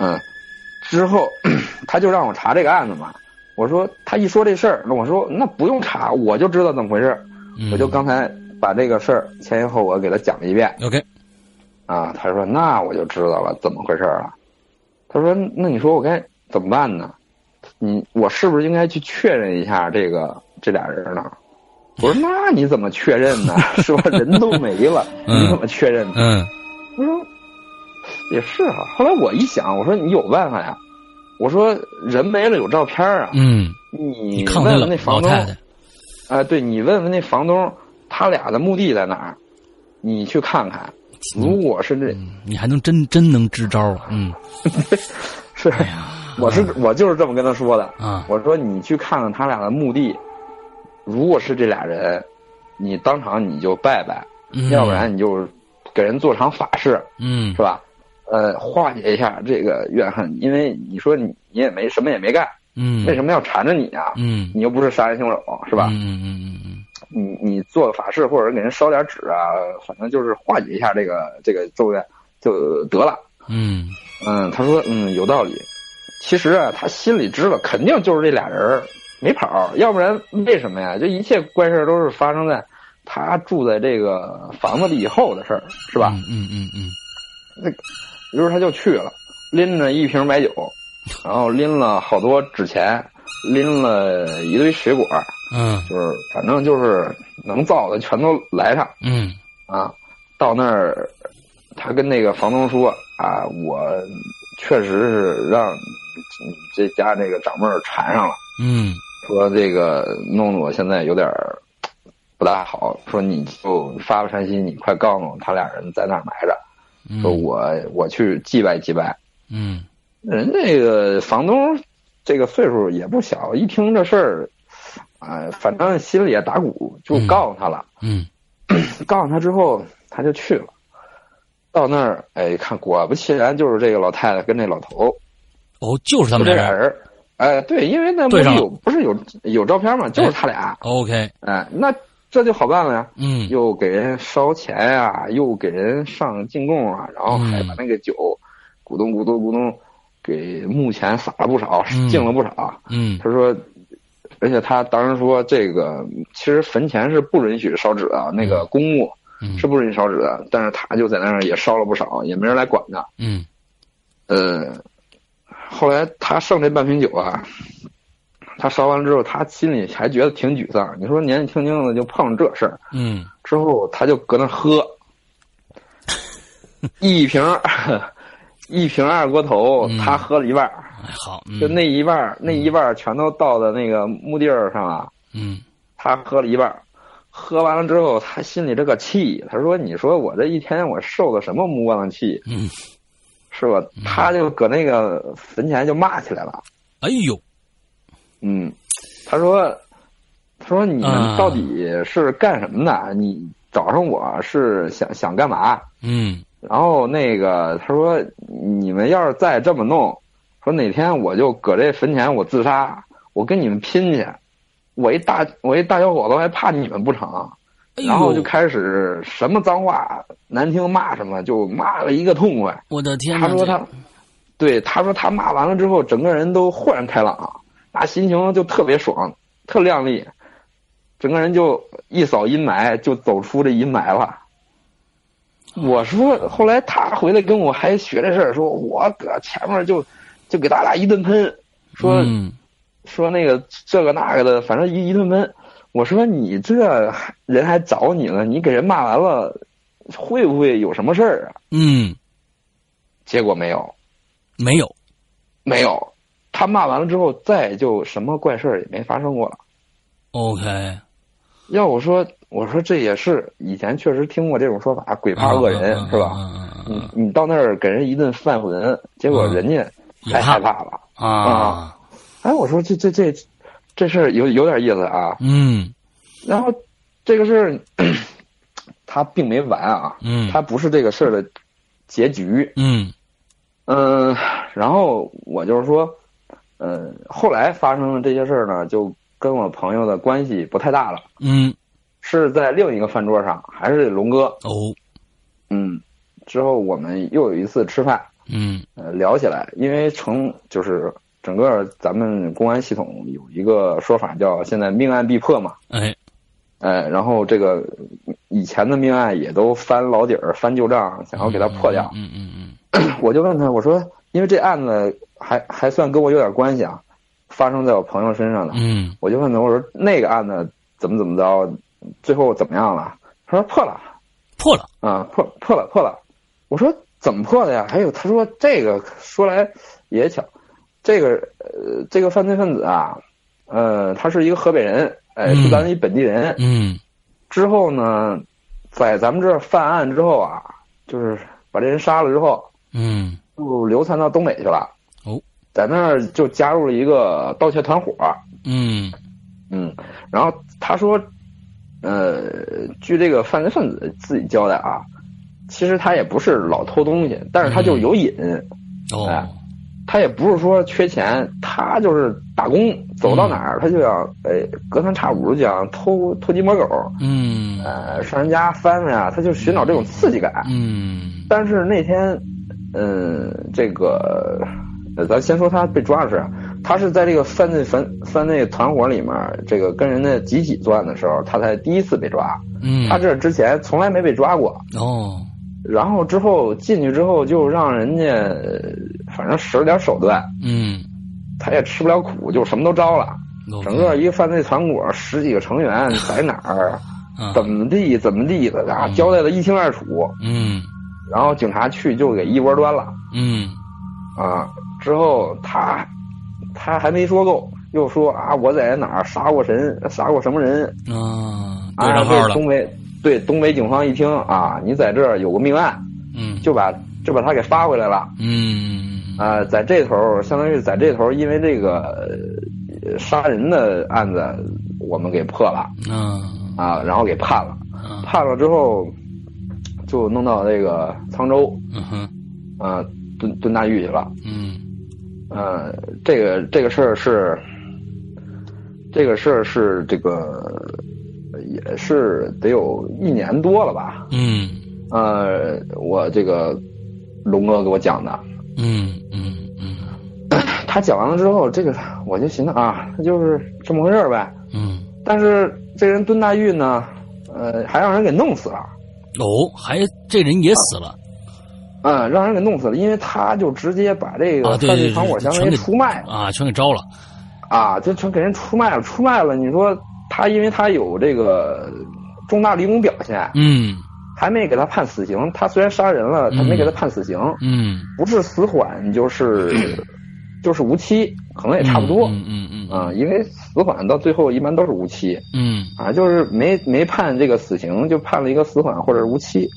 [SPEAKER 4] 嗯，之后 他就让我查这个案子嘛。我说他一说这事儿，那我说那不用查，我就知道怎么回事儿。
[SPEAKER 1] 嗯
[SPEAKER 4] 我就刚才把这个事儿前因后果给他讲了一遍
[SPEAKER 1] OK，
[SPEAKER 4] 啊。他说那我就知道了怎么回事儿了。他说那你说我该怎么办呢？你我是不是应该去确认一下这个这俩人呢？我说那你怎么确认呢？ 是吧？人都没了，你怎么确认呢？
[SPEAKER 1] 嗯
[SPEAKER 4] 我说也是啊。后来我一想，我说你有办法呀。我说人没了有照片啊，
[SPEAKER 1] 嗯，
[SPEAKER 4] 你
[SPEAKER 1] 你看过
[SPEAKER 4] 问
[SPEAKER 1] 老
[SPEAKER 4] 问那
[SPEAKER 1] 老
[SPEAKER 4] 房东
[SPEAKER 1] 太
[SPEAKER 4] 啊、
[SPEAKER 1] 太，
[SPEAKER 4] 对你问问那房东，他俩的墓地在哪儿？你去看看。如果是这，
[SPEAKER 1] 嗯你还能真真能支招啊？嗯
[SPEAKER 4] 是，
[SPEAKER 1] 哎
[SPEAKER 4] 我是我就是这么跟他说的。
[SPEAKER 1] 啊
[SPEAKER 4] 我说你去看看他俩的墓地，如果是这俩人，你当场你就拜拜，
[SPEAKER 1] 嗯
[SPEAKER 4] 要不然你就给人做场法事。
[SPEAKER 1] 嗯
[SPEAKER 4] 是吧？呃，化解一下这个怨恨，因为你说你你也没什么也没干，
[SPEAKER 1] 嗯
[SPEAKER 4] 为什么要缠着你啊？
[SPEAKER 1] 嗯
[SPEAKER 4] 你又不是杀人凶手，是吧？
[SPEAKER 1] 嗯嗯嗯嗯
[SPEAKER 4] 你你做个法事，或者给人烧点纸啊，反正就是化解一下这个这个咒怨就得了。
[SPEAKER 1] 嗯
[SPEAKER 4] 嗯，他说嗯有道理。其实啊，他心里知道，肯定就是这俩人儿没跑，要不然为什么呀？这一切怪事儿都是发生在他住在这个房子里以后的事儿，是
[SPEAKER 1] 是
[SPEAKER 4] 吧？
[SPEAKER 1] 嗯嗯嗯
[SPEAKER 4] 于是他就去了，拎着一瓶白酒，然后拎了好多纸钱，拎了一堆水果，
[SPEAKER 1] 嗯
[SPEAKER 4] 就是反正就是能造的全都来上
[SPEAKER 1] 嗯
[SPEAKER 4] 啊。到那儿，他跟那个房东说啊，我确实是让这家那个长辈儿缠上了，
[SPEAKER 1] 嗯
[SPEAKER 4] 说这个弄得我现在有点儿不大好，说你就发发善心，你快告诉我他俩人在哪儿埋着，
[SPEAKER 1] 嗯，
[SPEAKER 4] 说我我去祭拜祭拜。
[SPEAKER 1] 嗯
[SPEAKER 4] 人这个房东这个岁数也不小，一听这事儿，啊、反正心里也打鼓，就告诉他了。
[SPEAKER 1] 嗯
[SPEAKER 4] 告诉他之后，他就去了。到那儿，哎，看果不其然，就是这个老太太跟那老头，
[SPEAKER 1] 哦，就是他
[SPEAKER 4] 就
[SPEAKER 1] 们
[SPEAKER 4] 这
[SPEAKER 1] 俩
[SPEAKER 4] 俩
[SPEAKER 1] 人。
[SPEAKER 4] 人儿。哎，对，因为那不
[SPEAKER 1] 对
[SPEAKER 4] 是
[SPEAKER 1] 上了哎
[SPEAKER 4] 有不是有有照片嘛，就是他俩。
[SPEAKER 1] OK，
[SPEAKER 4] 哎，那这就好办了呀，
[SPEAKER 1] 嗯
[SPEAKER 4] 又给人烧钱啊，又给人上进贡啊，然后
[SPEAKER 1] 嗯
[SPEAKER 4] 还把那个酒咕咚咕咚咕咚给墓前撒了不少
[SPEAKER 1] 嗯，
[SPEAKER 4] 敬了不少。啊
[SPEAKER 1] 嗯
[SPEAKER 4] 他说，而且他当时说，这个其实坟前是不允许烧纸的，啊那个公墓
[SPEAKER 1] 嗯
[SPEAKER 4] 是不允许烧纸的，但是他就在那儿也烧了不少，也没人来管他。
[SPEAKER 1] 嗯
[SPEAKER 4] 呃，后来他剩这半瓶酒啊，他烧完之后，他心里还觉得挺沮丧。你说年纪轻轻的就碰上这事儿，
[SPEAKER 1] 嗯，
[SPEAKER 4] 之后他就搁 那喝，一瓶儿一瓶二锅头
[SPEAKER 1] 嗯，
[SPEAKER 4] 他喝了一半儿，
[SPEAKER 1] 哎好，嗯
[SPEAKER 4] 就那一半儿那一半儿全都倒在那个木地儿上了。
[SPEAKER 1] 嗯
[SPEAKER 4] 他喝了一半儿，喝完了之后，他心里这个气，他说：“你说我这一天我受的什么窝囊气，
[SPEAKER 1] 嗯，
[SPEAKER 4] 是吧？”他就搁那个坟前就骂起来了。
[SPEAKER 1] 哎呦，
[SPEAKER 4] 嗯，他说：“他说你们到底是干什么的？你找上我是想想干嘛？”
[SPEAKER 1] 嗯
[SPEAKER 4] 然后那个他说：“你们要是再这么弄，说哪天我就搁这坟前我自杀，我跟你们拼去！我一大我一大小伙子还怕你们不成？”
[SPEAKER 1] 哎呦，
[SPEAKER 4] 然后就开始什么脏话难听骂什么，就骂了一个痛快。
[SPEAKER 1] 我的天哪，
[SPEAKER 4] 他说
[SPEAKER 1] 这
[SPEAKER 4] 他，对他说他骂完了之后，整个人都豁然开朗，那心情就特别爽，特靓丽，整个人就一扫阴霾，就走出这阴霾了。
[SPEAKER 1] 哦
[SPEAKER 4] 我说，后来他回来跟我还学这事儿，说我搁前面就就给咱俩一顿喷，说、
[SPEAKER 1] 嗯
[SPEAKER 4] 说那个这个那个的，反正一一顿喷。我说你这还人还找你了，你给人骂完了，会不会有什么事儿啊？
[SPEAKER 1] 嗯，
[SPEAKER 4] 结果没有，
[SPEAKER 1] 没有，
[SPEAKER 4] 没有。他骂完了之后，再就什么怪事儿也没发生过了。
[SPEAKER 1] OK，
[SPEAKER 4] 要我说，我说这也是以前确实听过这种说法，鬼怕恶人、
[SPEAKER 1] 嗯
[SPEAKER 4] 是吧？
[SPEAKER 1] 嗯嗯
[SPEAKER 4] 你你到那儿给人一顿犯浑，结果
[SPEAKER 1] 嗯
[SPEAKER 4] 人家
[SPEAKER 1] 也
[SPEAKER 4] 还
[SPEAKER 1] 怕
[SPEAKER 4] 害怕了。
[SPEAKER 1] 嗯啊，
[SPEAKER 4] 哎，我说这这这这事儿有有点意思啊。
[SPEAKER 1] 嗯
[SPEAKER 4] 然后这个事儿， 他并没完啊，
[SPEAKER 1] 嗯，
[SPEAKER 4] 他不是这个事儿的结局。
[SPEAKER 1] 嗯
[SPEAKER 4] 嗯，然后我就是说，嗯，后来发生的这些事儿呢，就跟我朋友的关系不太大了，
[SPEAKER 1] 嗯
[SPEAKER 4] 是在另一个饭桌上，还是龙哥。
[SPEAKER 1] 哦
[SPEAKER 4] 嗯，之后我们又有一次吃饭，
[SPEAKER 1] 嗯
[SPEAKER 4] 呃，聊起来，因为成就是整个咱们公安系统有一个说法叫现在命案必破嘛。
[SPEAKER 1] 哎
[SPEAKER 4] 呃，然后这个以前的命案也都翻老底儿、翻旧账，想要给它破掉。
[SPEAKER 1] 嗯嗯嗯
[SPEAKER 4] 我就问他，我说，因为这案子还还算跟我有点关系啊，发生在我朋友身上的，
[SPEAKER 1] 嗯嗯
[SPEAKER 4] 我就问他，我说那个案子怎么怎么着，最后怎么样了？他说破了
[SPEAKER 1] 破了，
[SPEAKER 4] 啊，破破了破了。我说怎么破的呀？还有他说这个说来也巧，这个呃这个犯罪分子啊，呃他是一个河北人，哎
[SPEAKER 1] 嗯
[SPEAKER 4] 是咱一本地人，
[SPEAKER 1] 嗯
[SPEAKER 4] 之后呢，在咱们这儿犯案之后啊，就是把这人杀了之后，
[SPEAKER 1] 嗯
[SPEAKER 4] 就流窜到东北去了。
[SPEAKER 1] 哦，
[SPEAKER 4] 在那儿就加入了一个盗窃团伙。
[SPEAKER 1] 嗯
[SPEAKER 4] 嗯，然后他说，呃，据这个犯罪分子自己交代啊，其实他也不是老偷东西，但是他就是有瘾，
[SPEAKER 1] 哦
[SPEAKER 4] 哎他也不是说缺钱，他就是打工，走到哪儿他就要，哎，隔三差五就想偷偷鸡摸狗。
[SPEAKER 1] 嗯
[SPEAKER 4] 呃，上人家翻翻呀，他就寻找这种刺激感。
[SPEAKER 1] 嗯
[SPEAKER 4] 但是那天，嗯，这个，呃咱先说他被抓的事儿，啊他是在这个犯罪犯犯罪团伙里面，这个跟人家集体作案的时候，他才第一次被抓。
[SPEAKER 1] 嗯，
[SPEAKER 4] 他这之前从来没被抓过。
[SPEAKER 1] 哦
[SPEAKER 4] 然后之后进去之后，就让人家呃反正使了点手段，
[SPEAKER 1] 嗯，
[SPEAKER 4] 他也吃不了苦，就什么都招了。整个一个犯罪团伙十几个成员在哪儿，怎么地怎么地的，然后交代的一清二楚。
[SPEAKER 1] 嗯
[SPEAKER 4] 然后警察去就给一锅端了。
[SPEAKER 1] 嗯
[SPEAKER 4] 啊，之后他他还没说够，又说啊，我在哪儿杀过神，杀过什么人
[SPEAKER 1] 啊，对
[SPEAKER 4] 啊？
[SPEAKER 1] 上号
[SPEAKER 4] 这
[SPEAKER 1] 了，
[SPEAKER 4] 东北对东北警方一听啊，你在这儿有个命案，
[SPEAKER 1] 嗯
[SPEAKER 4] 就把就把他给发回来了。
[SPEAKER 1] 嗯
[SPEAKER 4] 啊，在这头儿相当于在这头儿，因为这个呃杀人的案子我们给破了
[SPEAKER 1] 嗯
[SPEAKER 4] 啊，然后给判了，
[SPEAKER 1] 啊
[SPEAKER 4] 判了之后就弄到这个沧州
[SPEAKER 1] 嗯哼
[SPEAKER 4] 啊蹲蹲大狱去了。
[SPEAKER 1] 嗯
[SPEAKER 4] 呃，这个这个事儿是，这个事儿是这个呃也是得有一年多了吧？
[SPEAKER 1] 嗯
[SPEAKER 4] 呃，我这个龙哥给我讲的，
[SPEAKER 1] 嗯嗯嗯
[SPEAKER 4] 他讲完了之后，这个我就寻思啊，那就是这么回事儿呗。
[SPEAKER 1] 嗯，
[SPEAKER 4] 但是这人蹲大狱呢，呃，还让人给弄死了，
[SPEAKER 1] 哦，还这人也死了
[SPEAKER 4] 嗯、让人给弄死了，因为他就直接把这
[SPEAKER 1] 啊
[SPEAKER 4] 个
[SPEAKER 1] 对
[SPEAKER 4] 犯罪
[SPEAKER 1] 对
[SPEAKER 4] 团伙
[SPEAKER 1] 对
[SPEAKER 4] 相当
[SPEAKER 1] 全
[SPEAKER 4] 于
[SPEAKER 1] 给
[SPEAKER 4] 出卖了
[SPEAKER 1] 啊，全给招了，
[SPEAKER 4] 啊，就成给人出卖了，出卖了。你说他因为他有这个重大立功表现，
[SPEAKER 1] 嗯
[SPEAKER 4] 还没给他判死刑。他虽然杀人了，他没给他判死刑，
[SPEAKER 1] 嗯，
[SPEAKER 4] 不是死缓就是就是无期，可能也差不多
[SPEAKER 1] 嗯嗯嗯
[SPEAKER 4] 啊。因为死缓到最后一般都是无期
[SPEAKER 1] 嗯
[SPEAKER 4] 啊，就是没没判这个死刑，就判了一个死缓或者是无期。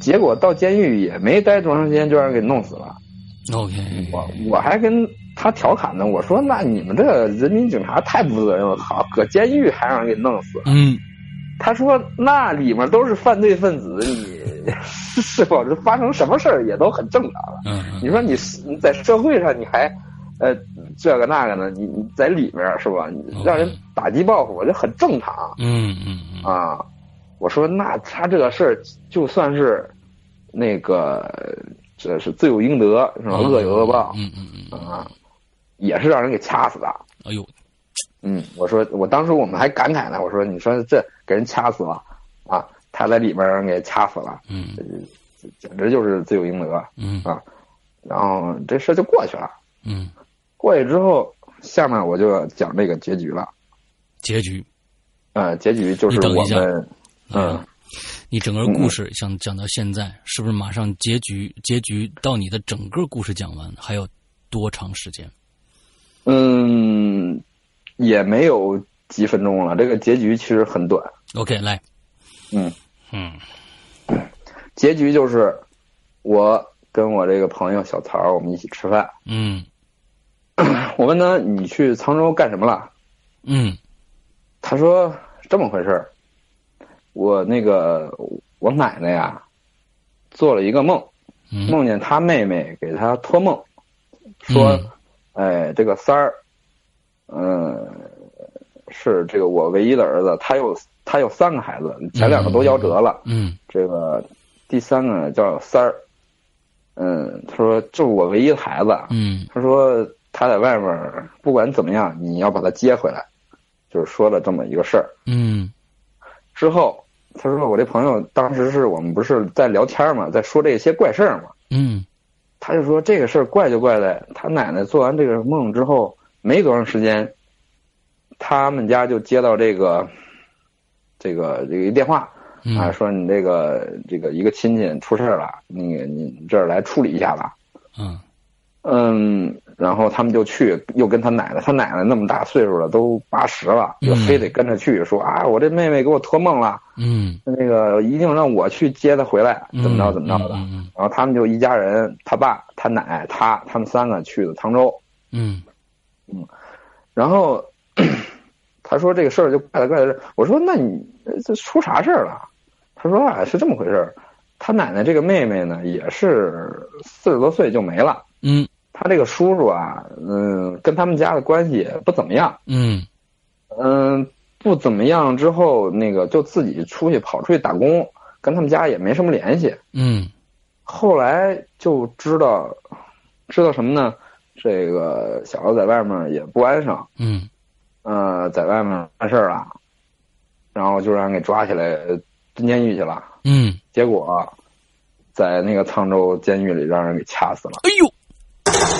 [SPEAKER 4] 结果到监狱也没待多长时间，就让人给弄死了。
[SPEAKER 1] 嗯，OK，
[SPEAKER 4] 我我还跟他调侃呢，我说那你们这人民警察太不负责任了，好，搁监狱还让人给弄死。
[SPEAKER 1] 嗯
[SPEAKER 4] 他说那里面都是犯罪分子，你 是否是发生什么事儿也都很正常了。
[SPEAKER 1] 嗯
[SPEAKER 4] 你说你是你在社会上你还呃这个那个呢，你你在里面是吧？你让人打击报复，这很正常
[SPEAKER 1] 嗯嗯
[SPEAKER 4] 啊。我说那他这个事儿就算是那个这是罪有应得是吧？恶有恶报。
[SPEAKER 1] 嗯嗯嗯，
[SPEAKER 4] 啊，也是让人给掐死的。
[SPEAKER 1] 哎呦，
[SPEAKER 4] 嗯，我说，我当时我们还感慨呢，我说，你说这给人掐死了啊，他在里边儿让人给掐死了，
[SPEAKER 1] 嗯
[SPEAKER 4] 简直就是罪有应得。
[SPEAKER 1] 嗯
[SPEAKER 4] 然后这事儿就过去了。
[SPEAKER 1] 嗯，
[SPEAKER 4] 过去之后，下面我就讲这个结局了。
[SPEAKER 1] 结局，
[SPEAKER 4] 呃，结局就是
[SPEAKER 1] 你等
[SPEAKER 4] 我
[SPEAKER 1] 一下
[SPEAKER 4] 们，嗯，
[SPEAKER 1] 你整个故事想讲到现在，是不是马上结局？结局到你的整个故事讲完还有多长时间？
[SPEAKER 4] 嗯，也没有几分钟了。这个结局其实很短。
[SPEAKER 1] OK，来，
[SPEAKER 4] 嗯，
[SPEAKER 1] 嗯
[SPEAKER 4] 结局就是我跟我这个朋友小曹儿，我们一起吃饭。
[SPEAKER 1] 嗯
[SPEAKER 4] 我问他你去沧州干什么了？
[SPEAKER 1] 嗯
[SPEAKER 4] 他说这么回事儿，我那个我奶奶呀，做了一个梦，
[SPEAKER 1] 嗯
[SPEAKER 4] 梦见她妹妹给她托梦，说，哎，这个三儿，嗯、是这个我唯一的儿子，他有他有三个孩子，前两个都夭折了，
[SPEAKER 1] 嗯
[SPEAKER 4] 这个第三个叫三儿，嗯，他说这是我唯一的孩子，
[SPEAKER 1] 嗯
[SPEAKER 4] 他说他在外面儿不管怎么样，你要把他接回来，就是说了这么一个事儿。
[SPEAKER 1] 嗯
[SPEAKER 4] 之后他说我这朋友当时是我们不是在聊天嘛，在说这些怪事儿嘛，
[SPEAKER 1] 嗯
[SPEAKER 4] 他就说这个事儿怪就怪在他奶奶做完这个梦之后没多长时间，他们家就接到这个这个这个一电话
[SPEAKER 1] 嗯
[SPEAKER 4] 啊，说你这个这个一个亲戚出事儿了，那个你这儿来处理一下吧。
[SPEAKER 1] 嗯
[SPEAKER 4] 嗯，然后他们就去，又跟他奶奶，他奶奶那么大岁数了，都八十了，
[SPEAKER 1] 嗯
[SPEAKER 4] 就非得跟着去，说啊，我这妹妹给我托梦了，
[SPEAKER 1] 嗯，
[SPEAKER 4] 那个一定让我去接她回来，怎么着怎么着的。
[SPEAKER 1] 嗯
[SPEAKER 4] 然后他们就一家人，他爸、他奶、他，他们三个去的沧州。
[SPEAKER 1] 嗯
[SPEAKER 4] 然后 他说这个事儿就怪了怪了，我说那你呃这出啥事儿了？他说啊，是这么回事儿，他奶奶这个妹妹呢，也是四十多岁就没了。
[SPEAKER 1] 嗯
[SPEAKER 4] 他这个叔叔啊，嗯，跟他们家的关系也不怎么样，
[SPEAKER 1] 嗯
[SPEAKER 4] 嗯，不怎么样。之后那个就自己出去跑出去打工，跟他们家也没什么联系。
[SPEAKER 1] 嗯
[SPEAKER 4] 后来就知道，知道什么呢？这个小子在外面也不安生，
[SPEAKER 1] 嗯
[SPEAKER 4] 呃，在外面办事儿了，然后就让人给抓起来蹲监狱去了。
[SPEAKER 1] 嗯，
[SPEAKER 4] 结果在那个沧州监狱里让人给掐死了。
[SPEAKER 1] 哎呦，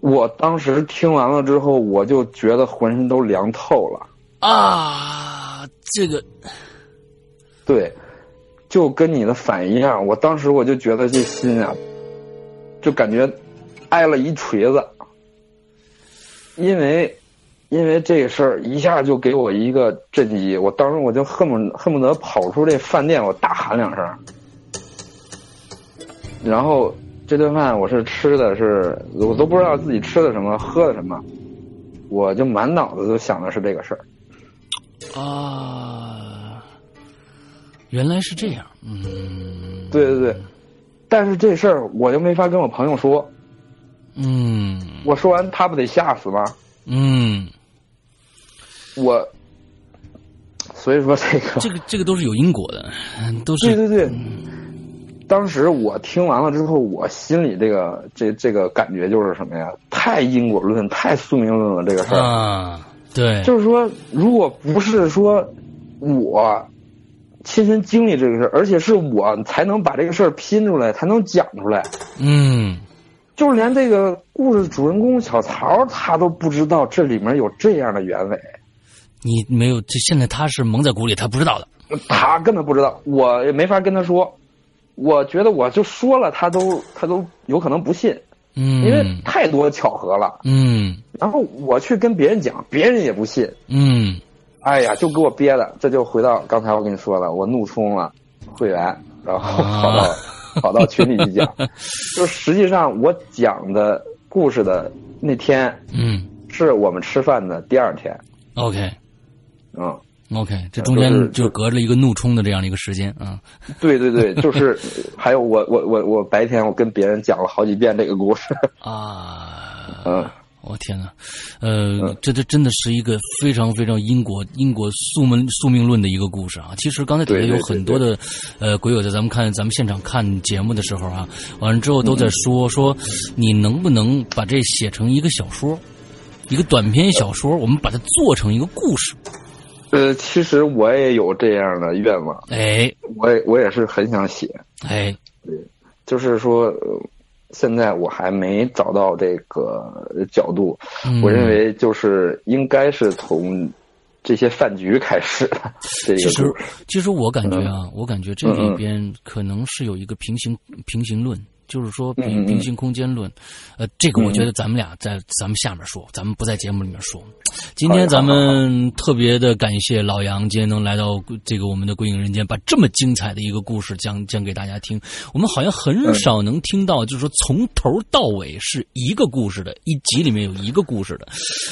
[SPEAKER 4] 我当时听完了之后，我就觉得浑身都凉透了。
[SPEAKER 1] 啊，这个，
[SPEAKER 4] 对，就跟你的反应一样，我当时我就觉得这心啊，就感觉挨了一锤子，因为因为这个事儿一下就给我一个震击，我当时我就恨不恨不得跑出这饭店，我大喊两声。然后这顿饭我是吃的是，我都不知道自己吃的什么，喝的什么，我就满脑子都想的是这个事儿。
[SPEAKER 1] 啊，原来是这样，嗯，
[SPEAKER 4] 对对对，但是这事儿我又没法跟我朋友说，
[SPEAKER 1] 嗯
[SPEAKER 4] 我说完他不得吓死吗？
[SPEAKER 1] 嗯，
[SPEAKER 4] 我，所以说这个，
[SPEAKER 1] 这个这个都是有因果的，都
[SPEAKER 4] 对
[SPEAKER 1] 是
[SPEAKER 4] 对对，当时我听完了之后，我心里这个这这个感觉就是什么呀？太因果论，太宿命论了，这个事儿，
[SPEAKER 1] 啊，对，
[SPEAKER 4] 就是说，如果不是说我。亲身经历这个事儿，而且是我才能把这个事儿拼出来，才能讲出来。
[SPEAKER 1] 嗯
[SPEAKER 4] 就是连这个故事主人公小曹他都不知道这里面有这样的原委，
[SPEAKER 1] 你没有这现在他是蒙在鼓里，他不知道的。
[SPEAKER 4] 他根本不知道，我也没法跟他说。我觉得我就说了，他都他都有可能不信，
[SPEAKER 1] 嗯，
[SPEAKER 4] 因为太多巧合了。
[SPEAKER 1] 嗯
[SPEAKER 4] 然后我去跟别人讲，别人也不信。
[SPEAKER 1] 嗯
[SPEAKER 4] 哎呀，就给我憋的，这就回到刚才我跟你说了，我怒充了会员，然后
[SPEAKER 1] 啊
[SPEAKER 4] 跑到、跑到群里去 讲，就实际上我讲的故事的那天
[SPEAKER 1] 嗯
[SPEAKER 4] 是我们吃饭的第二天，
[SPEAKER 1] ，OK
[SPEAKER 4] 嗯，
[SPEAKER 1] OK，这中间就隔着一个怒冲的这样的一个时间啊。
[SPEAKER 4] 对对 对，就是还有我我我我白天我跟别人讲了好几遍这个故事，
[SPEAKER 1] 啊，
[SPEAKER 4] 嗯，
[SPEAKER 1] 我、天哪，呃，这这真的是一个非常非常因果因果宿命宿命论的一个故事啊。其实刚才底下
[SPEAKER 4] 对对
[SPEAKER 1] 有很多的呃鬼友在咱们看咱们现场看节目的时候啊，完了之后都
[SPEAKER 4] 嗯
[SPEAKER 1] 在说、说你能不能把这写成一个小说，一个短篇小说，我们把它做成一个故事。
[SPEAKER 4] 呃，其实我也有这样的愿望，
[SPEAKER 1] 哎
[SPEAKER 4] 我也我也是很想写，
[SPEAKER 1] 哎，
[SPEAKER 4] 就是说。呃现在我还没找到这个角度，
[SPEAKER 1] 嗯
[SPEAKER 4] 我认为就是应该是从这些饭局开始的这
[SPEAKER 1] 其
[SPEAKER 4] 个
[SPEAKER 1] 实
[SPEAKER 4] 故事。
[SPEAKER 1] 其实我感觉啊，
[SPEAKER 4] 嗯
[SPEAKER 1] 我感觉这里边可能是有一个平行平行论。就是说平
[SPEAKER 4] 嗯嗯嗯嗯
[SPEAKER 1] 平行空间论，呃，这个我觉得咱们俩在咱们下面说，咱们不在节目里面说。今天咱们特别的感谢老杨今天能来到这个我们的《归影人间》，把这么精彩的一个故事讲讲给大家听。我们好像很少
[SPEAKER 4] 嗯
[SPEAKER 1] 能听到，就是说从头到尾是一个故事的，一集里面有一个故事的。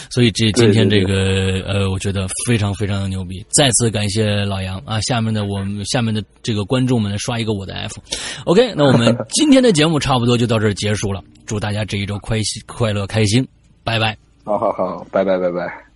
[SPEAKER 1] 所以这今
[SPEAKER 4] 对
[SPEAKER 1] 天这
[SPEAKER 4] 对
[SPEAKER 1] 个呃，我觉得非常非常的牛逼。再次感谢老杨啊！下面的我们下面的这个观众们来刷一个我的 F。OK，那我们今天的节目差不多就到这儿结束了。祝大家这一周快喜快乐开心，拜拜。
[SPEAKER 4] 好好好，拜拜拜拜。